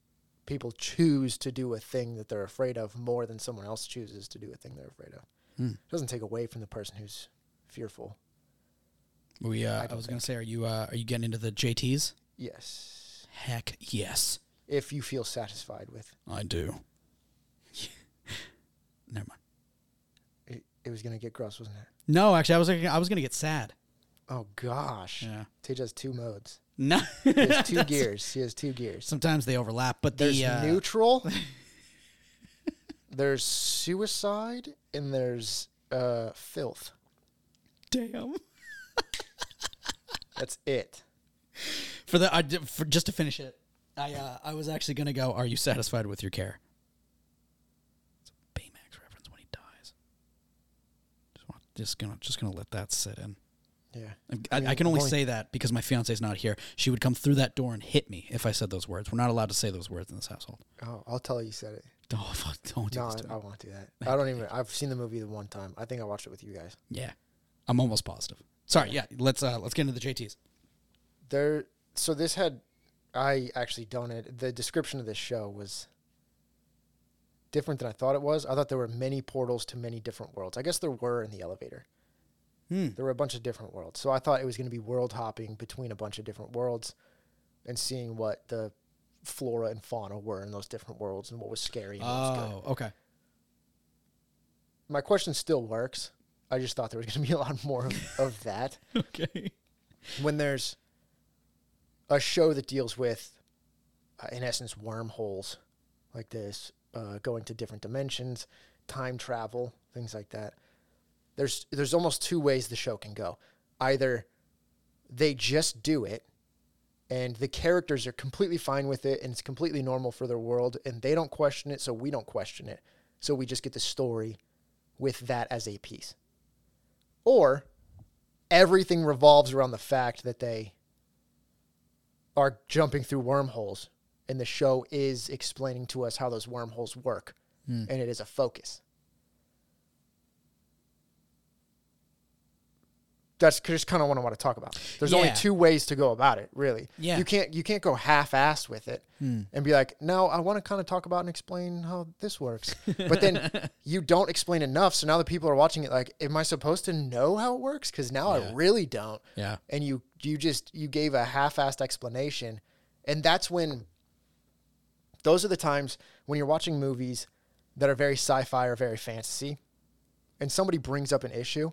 [SPEAKER 2] people choose to do a thing that they're afraid of more than someone else chooses to do a thing they're afraid of.
[SPEAKER 1] Hmm.
[SPEAKER 2] It doesn't take away from the person who's fearful.
[SPEAKER 1] We. Uh, I,
[SPEAKER 2] I don't
[SPEAKER 1] was gonna say, are you uh, are you getting into the JTs?
[SPEAKER 2] Yes.
[SPEAKER 1] Heck yes,
[SPEAKER 2] If you feel satisfied with
[SPEAKER 1] I do. <laughs> Never mind.
[SPEAKER 2] it, it was gonna get gross, wasn't it?
[SPEAKER 1] No, actually, I was I was gonna get sad.
[SPEAKER 2] Oh gosh.
[SPEAKER 1] Yeah.
[SPEAKER 2] Tej has
[SPEAKER 1] <laughs>
[SPEAKER 2] two modes.
[SPEAKER 1] No. <laughs>
[SPEAKER 2] He has two gears. He has two gears.
[SPEAKER 1] Sometimes they overlap, but
[SPEAKER 2] There's
[SPEAKER 1] the uh, <laughs>
[SPEAKER 2] neutral. there's suicide and there's uh, filth.
[SPEAKER 1] damn.
[SPEAKER 2] That's it.
[SPEAKER 1] For the I, did- for, just to finish it, I uh, I was actually gonna go. Are you satisfied with your care? It's a Baymax reference when he dies. Just, want, just gonna just gonna let that sit in.
[SPEAKER 2] Yeah.
[SPEAKER 1] I'm- I,
[SPEAKER 2] mean,
[SPEAKER 1] I can only
[SPEAKER 2] only-
[SPEAKER 1] say that because my fiance's not here. She would come through that door and hit me if I said those words. We're not allowed to say those words in this household.
[SPEAKER 2] Oh, I'll tell you, you said it.
[SPEAKER 1] Oh, fuck, don't do
[SPEAKER 2] No,
[SPEAKER 1] this to
[SPEAKER 2] I, I
[SPEAKER 1] me.
[SPEAKER 2] won't do that. I don't even. I've seen the movie the one time. I think I watched it with you guys.
[SPEAKER 1] Yeah, I'm almost positive. Sorry. Yeah, let's uh, let's get into the JTs.
[SPEAKER 2] There. So this had. I actually donated. The description of this show was different than I thought it was. I thought there were many portals to many different worlds. I guess there were in the elevator.
[SPEAKER 1] Hmm.
[SPEAKER 2] There were a bunch of different worlds. So I thought it was going to be world hopping between a bunch of different worlds and seeing what the flora and fauna were in those different worlds and what was scary and what was good.
[SPEAKER 1] Oh, okay.
[SPEAKER 2] My question still works. I just thought there was <laughs> going to be a lot more of, of that.
[SPEAKER 1] <laughs> Okay.
[SPEAKER 2] When there's a show that deals with, uh, in essence, wormholes like this, uh, going to different dimensions, time travel, things like that. There's there's almost two ways the show can go. Either they just do it, and the characters are completely fine with it, and it's completely normal for their world, and they don't question it, so we don't question it. So we just get the story with that as a piece. Or everything revolves around the fact that they are jumping through wormholes, and the show is explaining to us how those wormholes work, and it is a focus. That's just kind of what I want to talk about. There's only
[SPEAKER 1] Yeah.
[SPEAKER 2] two ways to go about it, really.
[SPEAKER 1] Yeah.
[SPEAKER 2] You can't you can't go half-assed with it and be like, no, I want to kind of talk about and explain how this works, but then you don't explain enough. So now the people are watching it like, am I supposed to know how it works? Because now I really don't.
[SPEAKER 1] Yeah.
[SPEAKER 2] And you you just you gave a half-assed explanation, and that's when. Those are the times when you're watching movies that are very sci-fi or very fantasy, and somebody brings up an issue,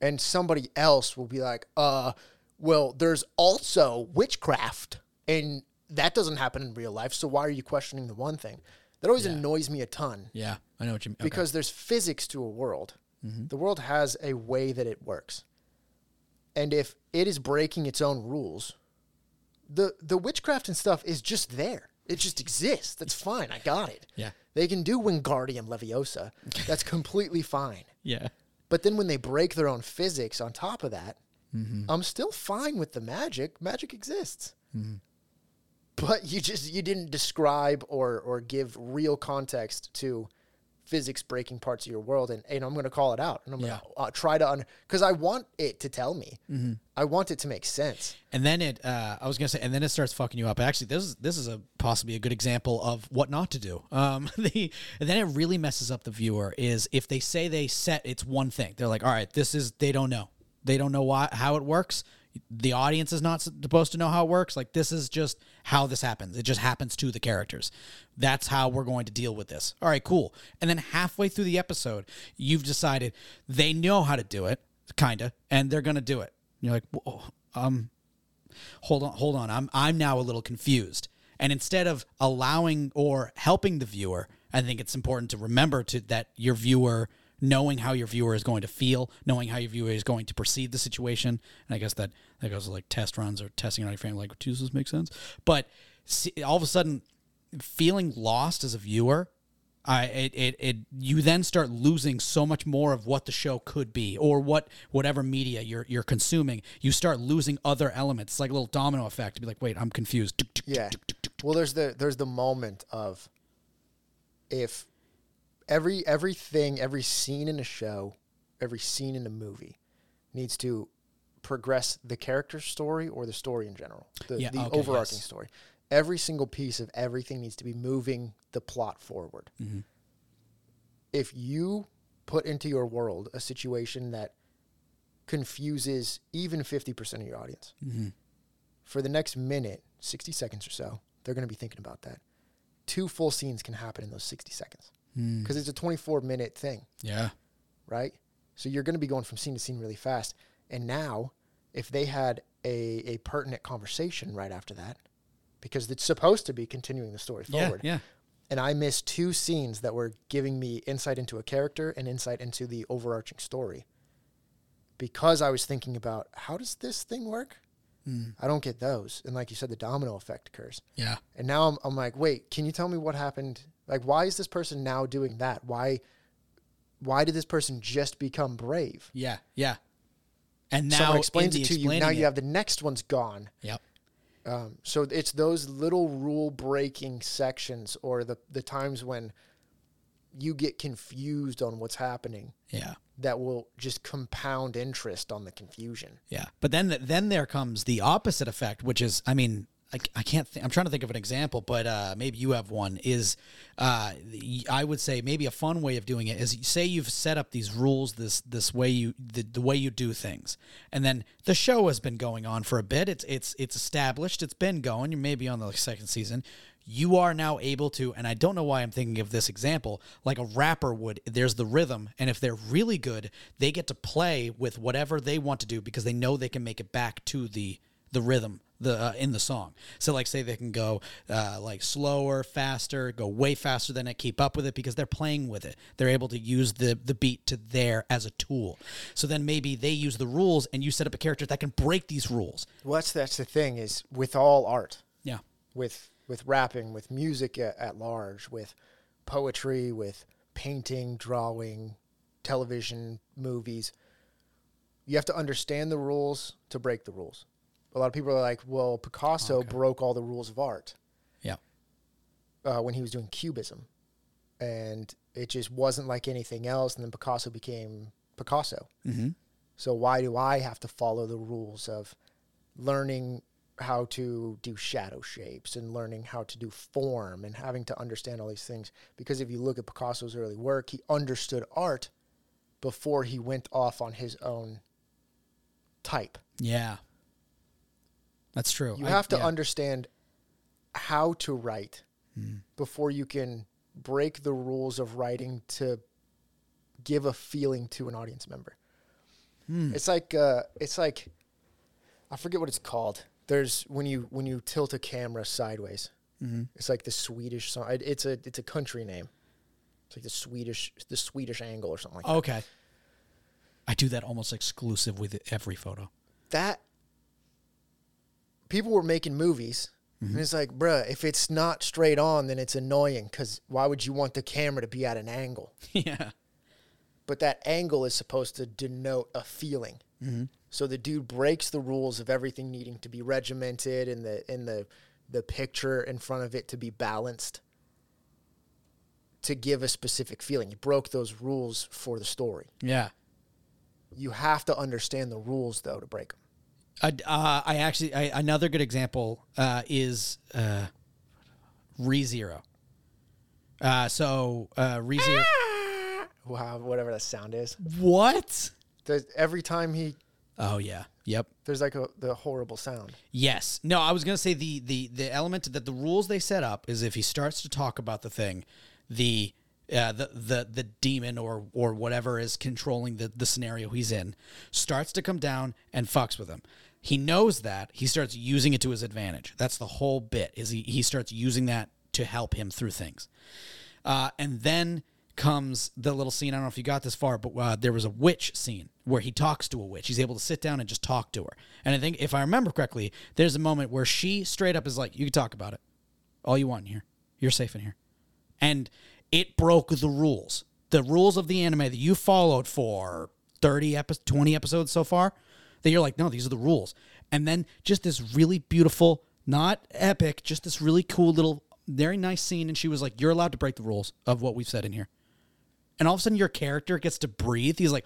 [SPEAKER 2] and somebody else will be like, uh, well, there's also witchcraft, and that doesn't happen in real life. So why are you questioning the one thing? That always annoys me a ton
[SPEAKER 1] Yeah, I know what you mean. Okay.
[SPEAKER 2] because there's physics to a world. The world has a way that it works. And if it is breaking its own rules, the the witchcraft and stuff is just there. It just exists. That's fine. I got it.
[SPEAKER 1] Yeah.
[SPEAKER 2] They can do Wingardium Leviosa. That's completely fine.
[SPEAKER 1] yeah.
[SPEAKER 2] But then when they break their own physics on top of that, I'm still fine with the magic. Magic exists. But you just you didn't describe or or give real context to physics breaking parts of your world and, and I'm going to call it out and I'm going to uh, try to un- cuz I want it to tell me. I want it to make sense.
[SPEAKER 1] And then it, uh, I was gonna say, and then it starts fucking you up. Actually, this is this is a possibly a good example of what not to do. Um, <laughs> the and then it really messes up the viewer is if they say they set it's one thing. They're like, all right, this is they don't know, they don't know why how it works. The audience is not supposed to know how it works. Like this is just how this happens. It just happens to the characters. That's how we're going to deal with this. All right, cool. And then halfway through the episode, you've decided they know how to do it, kinda, and they're gonna do it. You're like, Whoa, um, hold on hold on i'm i'm now a little confused and instead of allowing or helping the viewer i think it's important to remember to that your viewer knowing how your viewer is going to feel knowing how your viewer is going to perceive the situation and i guess that that goes to like test runs or testing on your frame like does this make sense but see, all of a sudden feeling lost as a viewer I it, it it you then start losing so much more of what the show could be or what whatever media you're you're consuming. You start losing other elements. It's like a little domino effect to be like, wait, I'm confused. Tuk, tuk, tuk,
[SPEAKER 2] Yeah.
[SPEAKER 1] tuk, tuk, tuk.
[SPEAKER 2] Well, there's the there's the moment of if every everything, every scene in a show, every scene in a movie needs to progress the character story or the story in general, the,
[SPEAKER 1] Yeah,
[SPEAKER 2] the
[SPEAKER 1] okay,
[SPEAKER 2] overarching
[SPEAKER 1] yes.
[SPEAKER 2] story. Every single piece of everything needs to be moving the plot forward.
[SPEAKER 1] Mm-hmm.
[SPEAKER 2] If you put into your world a situation that confuses even 50% of your audience, for the next minute, 60 seconds or so, they're going to be thinking about that. Two full scenes can happen in those 60 seconds because it's a 24 minute thing
[SPEAKER 1] Yeah.
[SPEAKER 2] right? So you're going to be going from scene to scene really fast. And now, if they had a, a pertinent conversation right after that, because it's supposed to be continuing the story
[SPEAKER 1] Yeah.
[SPEAKER 2] forward,
[SPEAKER 1] Yeah.
[SPEAKER 2] and I missed two scenes that were giving me insight into a character and insight into the overarching story, because I was thinking about how does this thing work? I don't get those. And like you said, the domino effect occurs.
[SPEAKER 1] Hmm. Yeah.
[SPEAKER 2] And now I'm, I'm like, wait, can you tell me what happened? Like, why is this person now doing that? Why, why did this person just become brave?
[SPEAKER 1] Yeah. Yeah. And now
[SPEAKER 2] Someone
[SPEAKER 1] in
[SPEAKER 2] explains
[SPEAKER 1] the
[SPEAKER 2] it to you. Now
[SPEAKER 1] explaining
[SPEAKER 2] you
[SPEAKER 1] it-
[SPEAKER 2] have the next one's gone.
[SPEAKER 1] Yep.
[SPEAKER 2] Um, so it's those little rule breaking sections or the the times when you get confused on what's happening
[SPEAKER 1] Yeah.
[SPEAKER 2] that will just compound interest on the confusion.
[SPEAKER 1] Yeah. But then then there comes the opposite effect, which is I mean, I, I can't think, I'm trying to think of an example, but uh, maybe you have one is uh, y- I would say maybe a fun way of doing it is say you've set up these rules this this way you the, the way you do things. And then the show has been going on for a bit. It's it's it's established. It's been going. You may be on the second season. You are now able to, and I don't know why I'm thinking of this example, like a rapper would. There's the rhythm, and if they're really good, they get to play with whatever they want to do because they know they can make it back to the the rhythm the uh, in the song. So like say they can go uh, like slower, faster, go way faster than it, keep up with it because they're playing with it. They're able to use the the beat to there as a tool. So then maybe they use the rules and you set up a character that can break these rules.
[SPEAKER 2] Well, that's that's the thing is with all art.
[SPEAKER 1] Yeah.
[SPEAKER 2] with with rapping, with music at, at large, with poetry, with painting, drawing, television, movies. You have to understand the rules to break the rules. A lot of people are like, "Well, Picasso broke all the rules of art
[SPEAKER 1] Yeah.
[SPEAKER 2] uh, when he was doing Cubism, and it just wasn't like anything else." And then Picasso became Picasso.
[SPEAKER 1] Mm-hmm.
[SPEAKER 2] So why do I have to follow the rules of learning how to do shadow shapes and learning how to do form and having to understand all these things? Because if you look at Picasso's early work, he understood art before he went off on his own type.
[SPEAKER 1] Yeah. That's true.
[SPEAKER 2] You
[SPEAKER 1] I-
[SPEAKER 2] have to
[SPEAKER 1] yeah.
[SPEAKER 2] understand how to write before you can break the rules of writing to give a feeling to an audience member.
[SPEAKER 1] Hmm.
[SPEAKER 2] It's like uh, it's like I forget what it's called. There's when you when you tilt a camera sideways.
[SPEAKER 1] Mm-hmm.
[SPEAKER 2] It's like the Swedish song. It, it's a it's a country name. It's like the Swedish the Swedish angle or something like
[SPEAKER 1] Okay. I do that almost exclusive with every
[SPEAKER 2] <laughs>
[SPEAKER 1] photo.
[SPEAKER 2] that people were making movies and it's like bruh if it's not straight on then it's annoying because why would you want the camera to be at an angle
[SPEAKER 1] yeah.
[SPEAKER 2] but that angle is supposed to denote a feeling so the dude breaks the rules of everything needing to be regimented and the and the the picture in front of it to be balanced to give a specific feeling he broke those rules for the story
[SPEAKER 1] Yeah.
[SPEAKER 2] you have to understand the rules though to break them
[SPEAKER 1] I, uh, I actually I, another good example uh, is uh, ReZero. Uh, so uh, ReZero,
[SPEAKER 2] Ah! wow whatever that sound is
[SPEAKER 1] what?
[SPEAKER 2] There's, every time he
[SPEAKER 1] Oh yeah, yep,
[SPEAKER 2] there's like a the horrible sound.
[SPEAKER 1] yes. No, I was gonna say the the the element that the rules they set up is if he starts to talk about the thing, the uh, the the the demon or or whatever is controlling the the scenario he's in starts to come down and fucks with him. He knows that he starts using it to his advantage. That's the whole bit. Is he he starts using that to help him through things. Uh, and then comes the little scene. I don't know if you got this far, but uh, there was a witch scene where he talks to a witch. He's able to sit down and just talk to her. And I think, if I remember correctly, there's a moment where she straight up is like, "You can talk about it, all you want in here. You're safe in here." And it broke the rules, the rules of the anime that you followed for thirty episodes, twenty episodes so far. That you're like, no, these are the rules. And then just this really beautiful, not epic, just this really cool little very nice scene and she was like you're allowed to break the rules of what we've said in here and all of a sudden your character gets to breathe he's like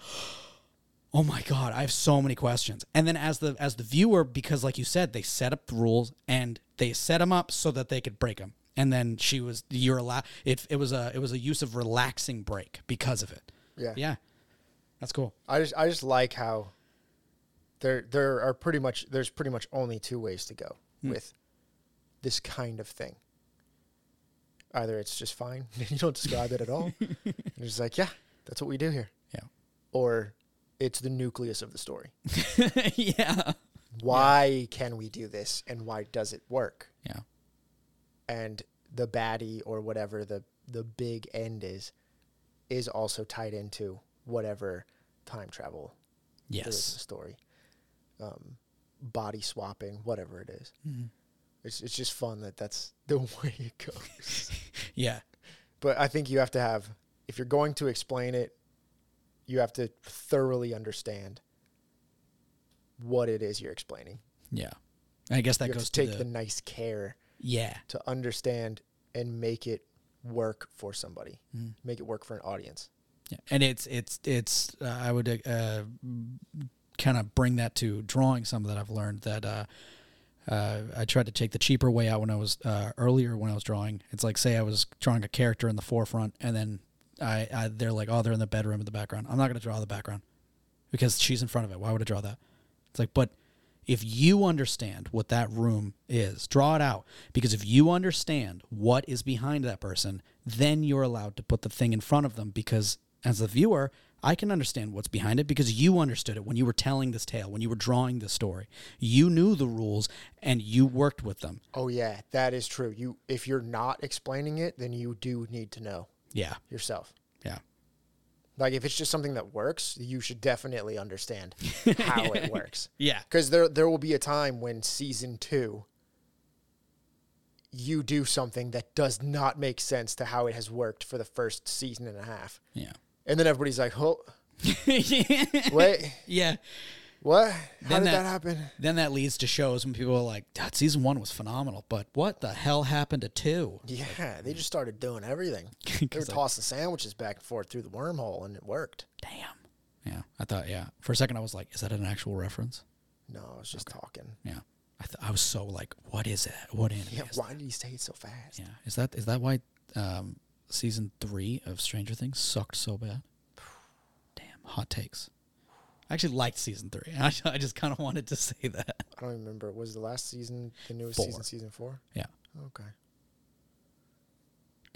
[SPEAKER 1] <gasps> oh my god i have so many questions and then as the as the viewer because like you said they set up the rules and they set them up so that they could break them and then she was you're allowed it, it was a it was a use of relaxing break because of it
[SPEAKER 2] Yeah.
[SPEAKER 1] yeah that's cool <laughs>
[SPEAKER 2] I just I just like how there there are pretty much there's pretty much only two ways to go with this kind of thing. Either it's just fine <laughs> and you don't describe it at all. and you're just like, yeah, that's what we do here.
[SPEAKER 1] yeah
[SPEAKER 2] Or it's the nucleus of the story.
[SPEAKER 1] yeah
[SPEAKER 2] Why can we do this and why does it work?
[SPEAKER 1] yeah
[SPEAKER 2] and the baddie or whatever the the big end is is also tied into whatever time travel there is in the
[SPEAKER 1] yes
[SPEAKER 2] story um, body swapping whatever it is.
[SPEAKER 1] Mm-hmm.
[SPEAKER 2] it's, it's just fun that that's the <laughs> way it goes
[SPEAKER 1] yeah
[SPEAKER 2] but i think you have to have if you're going to explain it you have to thoroughly understand what it is you're explaining
[SPEAKER 1] yeah i guess that
[SPEAKER 2] you have
[SPEAKER 1] goes
[SPEAKER 2] to
[SPEAKER 1] to,
[SPEAKER 2] take
[SPEAKER 1] the,
[SPEAKER 2] the nice care
[SPEAKER 1] yeah
[SPEAKER 2] to understand and make it work for somebody,
[SPEAKER 1] Mm-hmm.
[SPEAKER 2] make it work for an audience.
[SPEAKER 1] Yeah. And it's it's it's uh, I would uh, kind of bring that to drawing some that I've learned that uh, uh, I tried to take the cheaper way out when I was uh, earlier when I was drawing. It's like say I was drawing a character in the forefront and then I, I they're like oh they're in the bedroom in the background. I'm not going to draw the background because she's in front of it. Why would I draw that? It's like but if you understand what that room is, draw it out because if you understand what is behind that person, then you're allowed to put the thing in front of them because as the viewer, I can understand what's behind it because you understood it when you were telling this tale, when you were drawing this story. You knew the rules and you worked with them.
[SPEAKER 2] Oh yeah, that is true. You if you're not explaining it, then you do need to know
[SPEAKER 1] Yeah.
[SPEAKER 2] yourself.
[SPEAKER 1] Yeah.
[SPEAKER 2] Like if it's just something that works, you should
[SPEAKER 1] <laughs>
[SPEAKER 2] definitely understand how it works.
[SPEAKER 1] Yeah.
[SPEAKER 2] Cuz there there will be a time when season 2 you do something that does not make sense to how it has worked for the first season and a half.
[SPEAKER 1] Yeah. <laughs>
[SPEAKER 2] And then everybody's like, "Oh,
[SPEAKER 1] <laughs>
[SPEAKER 2] wait,
[SPEAKER 1] yeah.
[SPEAKER 2] what? How
[SPEAKER 1] Then
[SPEAKER 2] did
[SPEAKER 1] that-
[SPEAKER 2] that happen?"
[SPEAKER 1] Then that leads to shows when people are like, "God, season one was phenomenal, but what the hell happened to two?
[SPEAKER 2] Yeah, they just started doing everything.
[SPEAKER 1] <laughs>
[SPEAKER 2] they were
[SPEAKER 1] 'Cause, like-
[SPEAKER 2] tossing sandwiches back and forth through the wormhole, and it worked.
[SPEAKER 1] Damn. Yeah. I thought, yeah. For a second, I was like, is that an actual reference?
[SPEAKER 2] No, I was just talking.
[SPEAKER 1] Yeah. I, th- I was so like, what is that? What anime
[SPEAKER 2] <laughs> Yeah,
[SPEAKER 1] is that?
[SPEAKER 2] why did he say it so fast?
[SPEAKER 1] Yeah. Is that is that why um, season three of Stranger Things sucked so bad? Damn. Hot takes. I actually liked season three. <laughs> I, I just kind of wanted to say that.
[SPEAKER 2] I don't remember. Was the last season the newest
[SPEAKER 1] Four.
[SPEAKER 2] season? Season four.
[SPEAKER 1] Yeah.
[SPEAKER 2] Okay.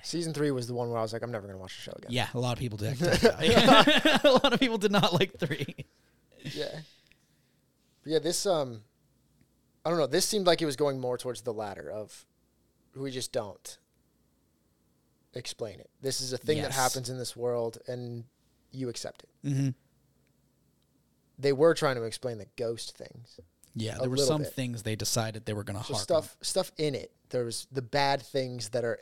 [SPEAKER 2] Season three was the one where I was like, I'm never gonna watch the show again.
[SPEAKER 1] Yeah. A lot of people
[SPEAKER 2] <laughs>
[SPEAKER 1] did. <laughs> a lot of people did not like three.
[SPEAKER 2] Yeah. But yeah, this um I don't know, this seemed like it was going more towards the latter of we just don't explain it. This is a thing that
[SPEAKER 1] Yes.
[SPEAKER 2] happens in this world and you accept it.
[SPEAKER 1] Mhm.
[SPEAKER 2] They were trying to explain the ghost things.
[SPEAKER 1] Yeah.
[SPEAKER 2] A
[SPEAKER 1] There were
[SPEAKER 2] little
[SPEAKER 1] some
[SPEAKER 2] bit.
[SPEAKER 1] things they decided they were going to
[SPEAKER 2] So
[SPEAKER 1] harp on.
[SPEAKER 2] stuff stuff in it. There was the bad things that are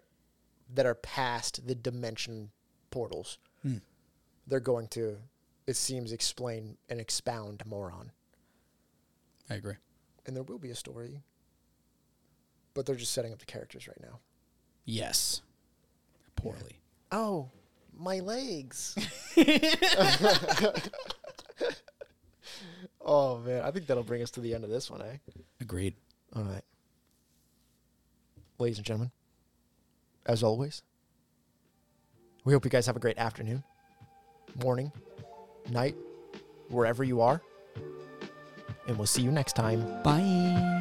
[SPEAKER 2] that are past the dimension portals. They're going to it seems explain and expound more on.
[SPEAKER 1] I agree.
[SPEAKER 2] and there will be a story. But they're just setting up the characters right now.
[SPEAKER 1] Yes. Poorly.
[SPEAKER 2] Oh, my legs. <laughs> oh man, I think that'll bring us to the end of this one, eh?
[SPEAKER 1] Agreed.
[SPEAKER 2] All right. Ladies and gentlemen, as always, we hope you guys have a great afternoon, morning, night, wherever you are. And we'll see you next time.
[SPEAKER 1] Bye.